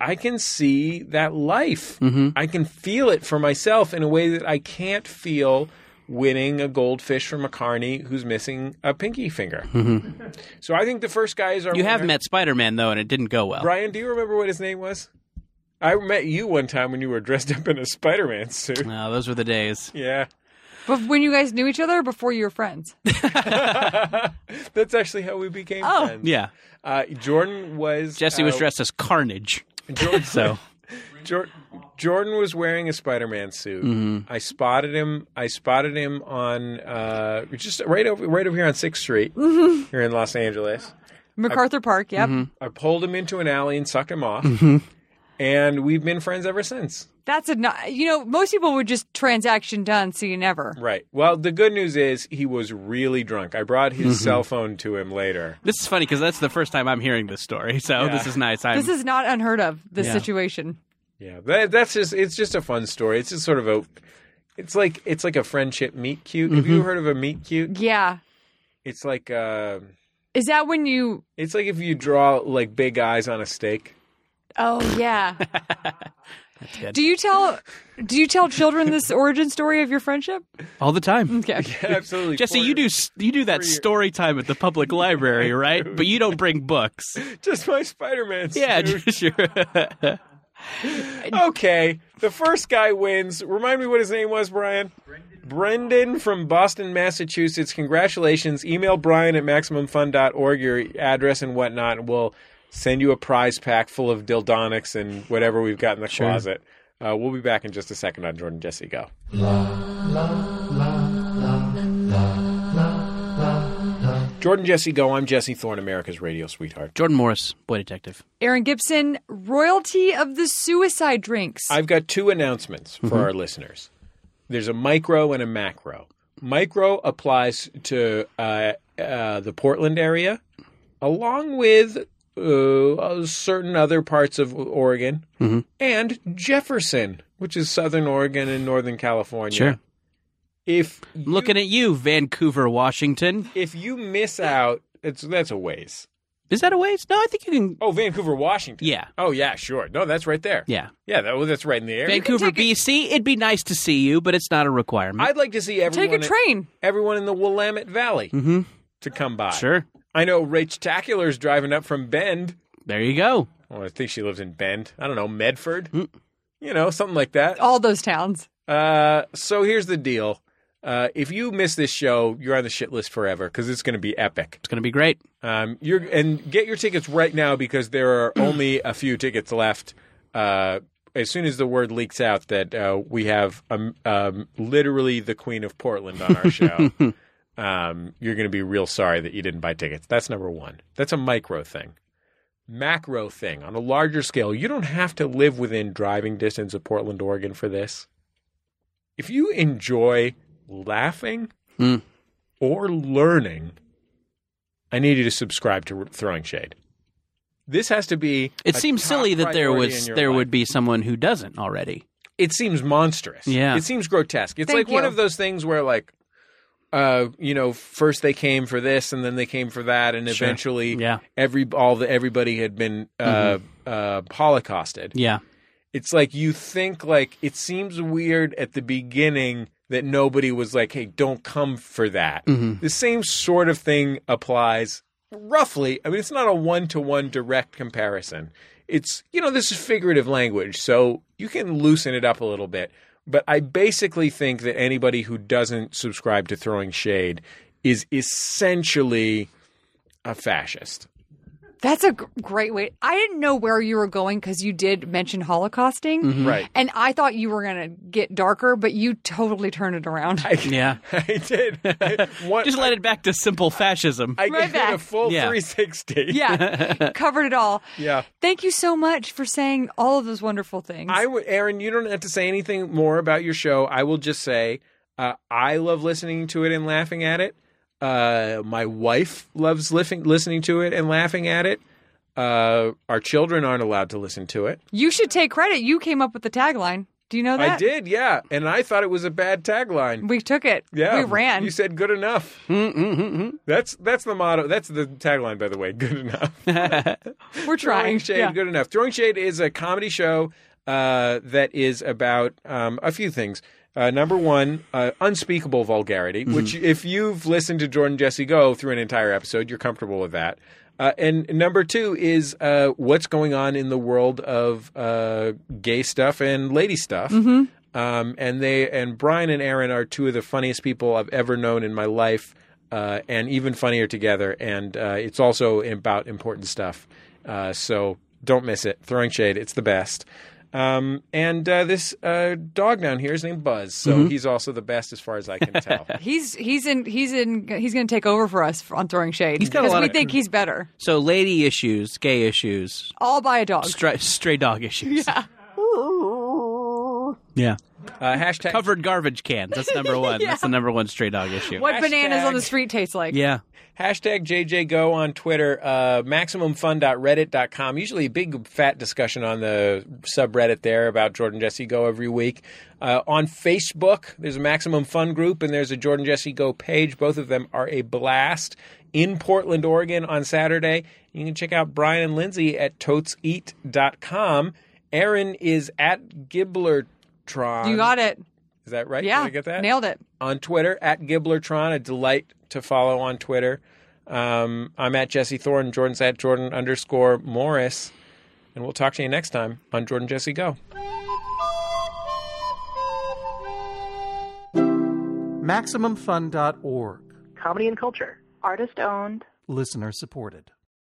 I can see that life. I can feel it for myself in a way that I can't feel winning a goldfish from a carny who's missing a pinky finger. So I think the first guy is our.
You have
winner.
met Spider Man though, and it didn't go well.
Brian, do you remember what his name was? I met you one time when you were dressed up in a Spider Man suit.
[laughs] No, Oh, those were the days.
Yeah.
But when you guys knew each other or before you
[laughs]
were friends.
That's actually how we became
Oh.
friends.
Yeah,
Uh, Jordan was.
Jesse was
uh,
dressed as Carnage.
Jordan,
so
[laughs] Jor- Jordan was wearing a Spider-Man suit. I spotted him. I spotted him on uh, just right over right over here on Sixth Street
Mhm.
here in Los Angeles.
MacArthur Park, yep.
Mm-hmm.
I pulled him into an alley and sucked him off,
Mhm.
and we've been friends ever since.
That's a not, you know, most people would just transaction done, see you never.
Right. Well, the good news is he was really drunk. I brought his cell phone to him later.
This is funny because that's the first time I'm hearing this story, so
Yeah.
this is nice. I'm,
this is not unheard of, this
Yeah.
situation.
Yeah, that, that's just it's just a fun story. It's just sort of a it's like it's like a friendship meet cute. Have you
Mhm.
heard of a meet cute?
Yeah.
It's like uh
Is that when you,
it's like if you draw like big eyes on a steak. [laughs]
oh, yeah. do you tell, do you tell
[laughs]
children this origin story of your friendship?
all the time.
Okay,
absolutely.
Jesse, you do s- you do that story time at the public
[laughs]
library, right? But you don't bring books.
Just my Spider-Man suit.
Yeah, [laughs] just your
okay. The first guy wins. Remind me what his name was, Brian. Brendan, from Boston, Massachusetts. Congratulations. Email Brian at MaximumFun.org your address and whatnot, and we'll send you a prize pack full of dildonics and whatever we've got in the
Sure.
closet. Uh, we'll be back in just a second on Jordan Jesse Go. Jordan Jesse Go. I'm Jesse Thorne, America's radio sweetheart.
Jordan Morris, boy detective.
Aaron Gibson, royalty of the suicide drinks.
I've got two announcements for
Mhm.
our listeners. There's a micro and a macro. Micro applies to uh, uh, the Portland area, along with uh, certain other parts of Oregon
Mhm.
and Jefferson, which is Southern Oregon and Northern California.
Sure.
If
I'm looking at you, Vancouver, Washington.
If you miss out, it's that's a ways.
Is that a ways? No, I think you can.
Oh, Vancouver, Washington.
Yeah.
Oh, yeah, sure. No, that's right there.
Yeah.
Yeah, that, well, that's right in the area.
Vancouver, BC. It'd be nice to see you, but it's not a requirement.
I'd like to see everyone. in- everyone in the Willamette Valley
mm-hmm.
to come by.
Sure.
I know Rach Tacular's driving up from Bend.
There you go.
Well, I think she lives in Bend. I don't know, Medford?
Mm.
You know, something like that.
All those towns.
Oh.
Uh, so here's the deal. Uh, if you miss this show, you're on the shit list forever because it's going to be epic. It's
going to be great.
Um, you're and get your tickets right now because
[clears throat]
there are only a few tickets left. Uh, as soon as the word leaks out that uh, we have um, um, literally the Queen of Portland on
[laughs]
our show, um, you're going to be real sorry that you didn't buy tickets. That's number one. That's a micro thing. Macro thing on a larger scale, you don't have to live within driving distance of Portland, Oregon for this. If you enjoy laughing
Mm.
or learning, I need you to subscribe to Throwing Shade. This has to be.
It
a
seems
top
silly that there
priority
was
in your
there
life.
would be someone who doesn't already.
It seems monstrous.
Yeah.
It seems grotesque. It's
Thank
like one
you.
of those things where, like, uh, you know, first they came for this, and then they came for that, and
Sure.
eventually,
Yeah.
every all the everybody had been uh,
Mhm.
uh, holocausted.
Yeah.
It's like you think like it seems weird at the beginning that nobody was like, "Hey, don't come for that."
Mhm.
The same sort of thing applies roughly. I mean, it's not a one-to-one direct comparison. It's, you know, this is figurative language, so you can loosen it up a little bit. But I basically think that anybody who doesn't subscribe to throwing shade is essentially a fascist.
That's a g- great way. I didn't know where you were going because you did mention Holocausting.
Mhm. Right.
And I thought you were going to get darker, but you totally turned it around.
[laughs]
[laughs]
Yeah.
[laughs] I did.
[laughs] Just led it back to simple fascism.
I
Right back.
a full
Yeah.
360.
yeah. Covered it all.
Yeah.
Thank you so much for saying all of those wonderful things.
I would, Aaron, you don't have to say anything more about your show. I will just say uh, I love listening to it and laughing at it. Uh, my wife loves lifting, listening to it and laughing at it. Uh, our children aren't allowed to listen to it.
you should take credit. You came up with the tagline. Do you know that?
I did, yeah, and I thought it was a bad tagline.
We took it.
Yeah,
We ran.
You said good enough. That's that's the motto. That's the tagline, by the way. Good enough.
We're
Throwing
trying.
Shade,
Yeah.
good enough. Throwing Shade is a comedy show uh, that is about um, a few things. Uh, number one, uh, unspeakable vulgarity, which if you've listened to Jordan Jesse Go through an entire episode, you're comfortable with that. Uh, and number two is uh, what's going on in the world of uh, gay stuff and lady stuff.
Mhm.
Um, and they and Brian and Aaron are two of the funniest people I've ever known in my life, uh, and even funnier together. And uh, it's also about important stuff. Uh, so don't miss it. Throwing shade, it's the best. Um, and uh, this uh, dog down here is named Buzz, so
Mhm.
he's also the best as far as I can tell.
He's he's in he's in he's going to take over for us on throwing shade
got a
because
lot
we
of-
think he's better.
So lady issues, gay issues,
All by a dog.
stray, stray dog issues.
Yeah.
Yeah.
Uh, hashtag
covered garbage cans. That's number
[laughs]
one. That's the number one stray dog issue.
What bananas on the
Hashtag-
street taste like?
Yeah.
Hashtag JJGo on Twitter, uh, MaximumFun.reddit.com. Usually a big fat discussion on the subreddit there about Jordan Jesse Go every week. Uh, on Facebook, there's a Maximum Fun group and there's a Jordan Jesse Go page. Both of them are a blast in Portland, Oregon on Saturday. You can check out Brian and Lindsay at toteseat.com. Aaron is at Gibblertron.
You got it.
Is that right?
Yeah.
Did I get that?
Nailed it.
on Twitter at Gibblertron. A delight to follow on Twitter. Um, I'm at Jesse Thorne. Jordan's at Jordan underscore Morris. And we'll talk to you next time on Jordan Jesse Go.
MaximumFun.org.
Comedy and culture. Artist owned.
Listener supported.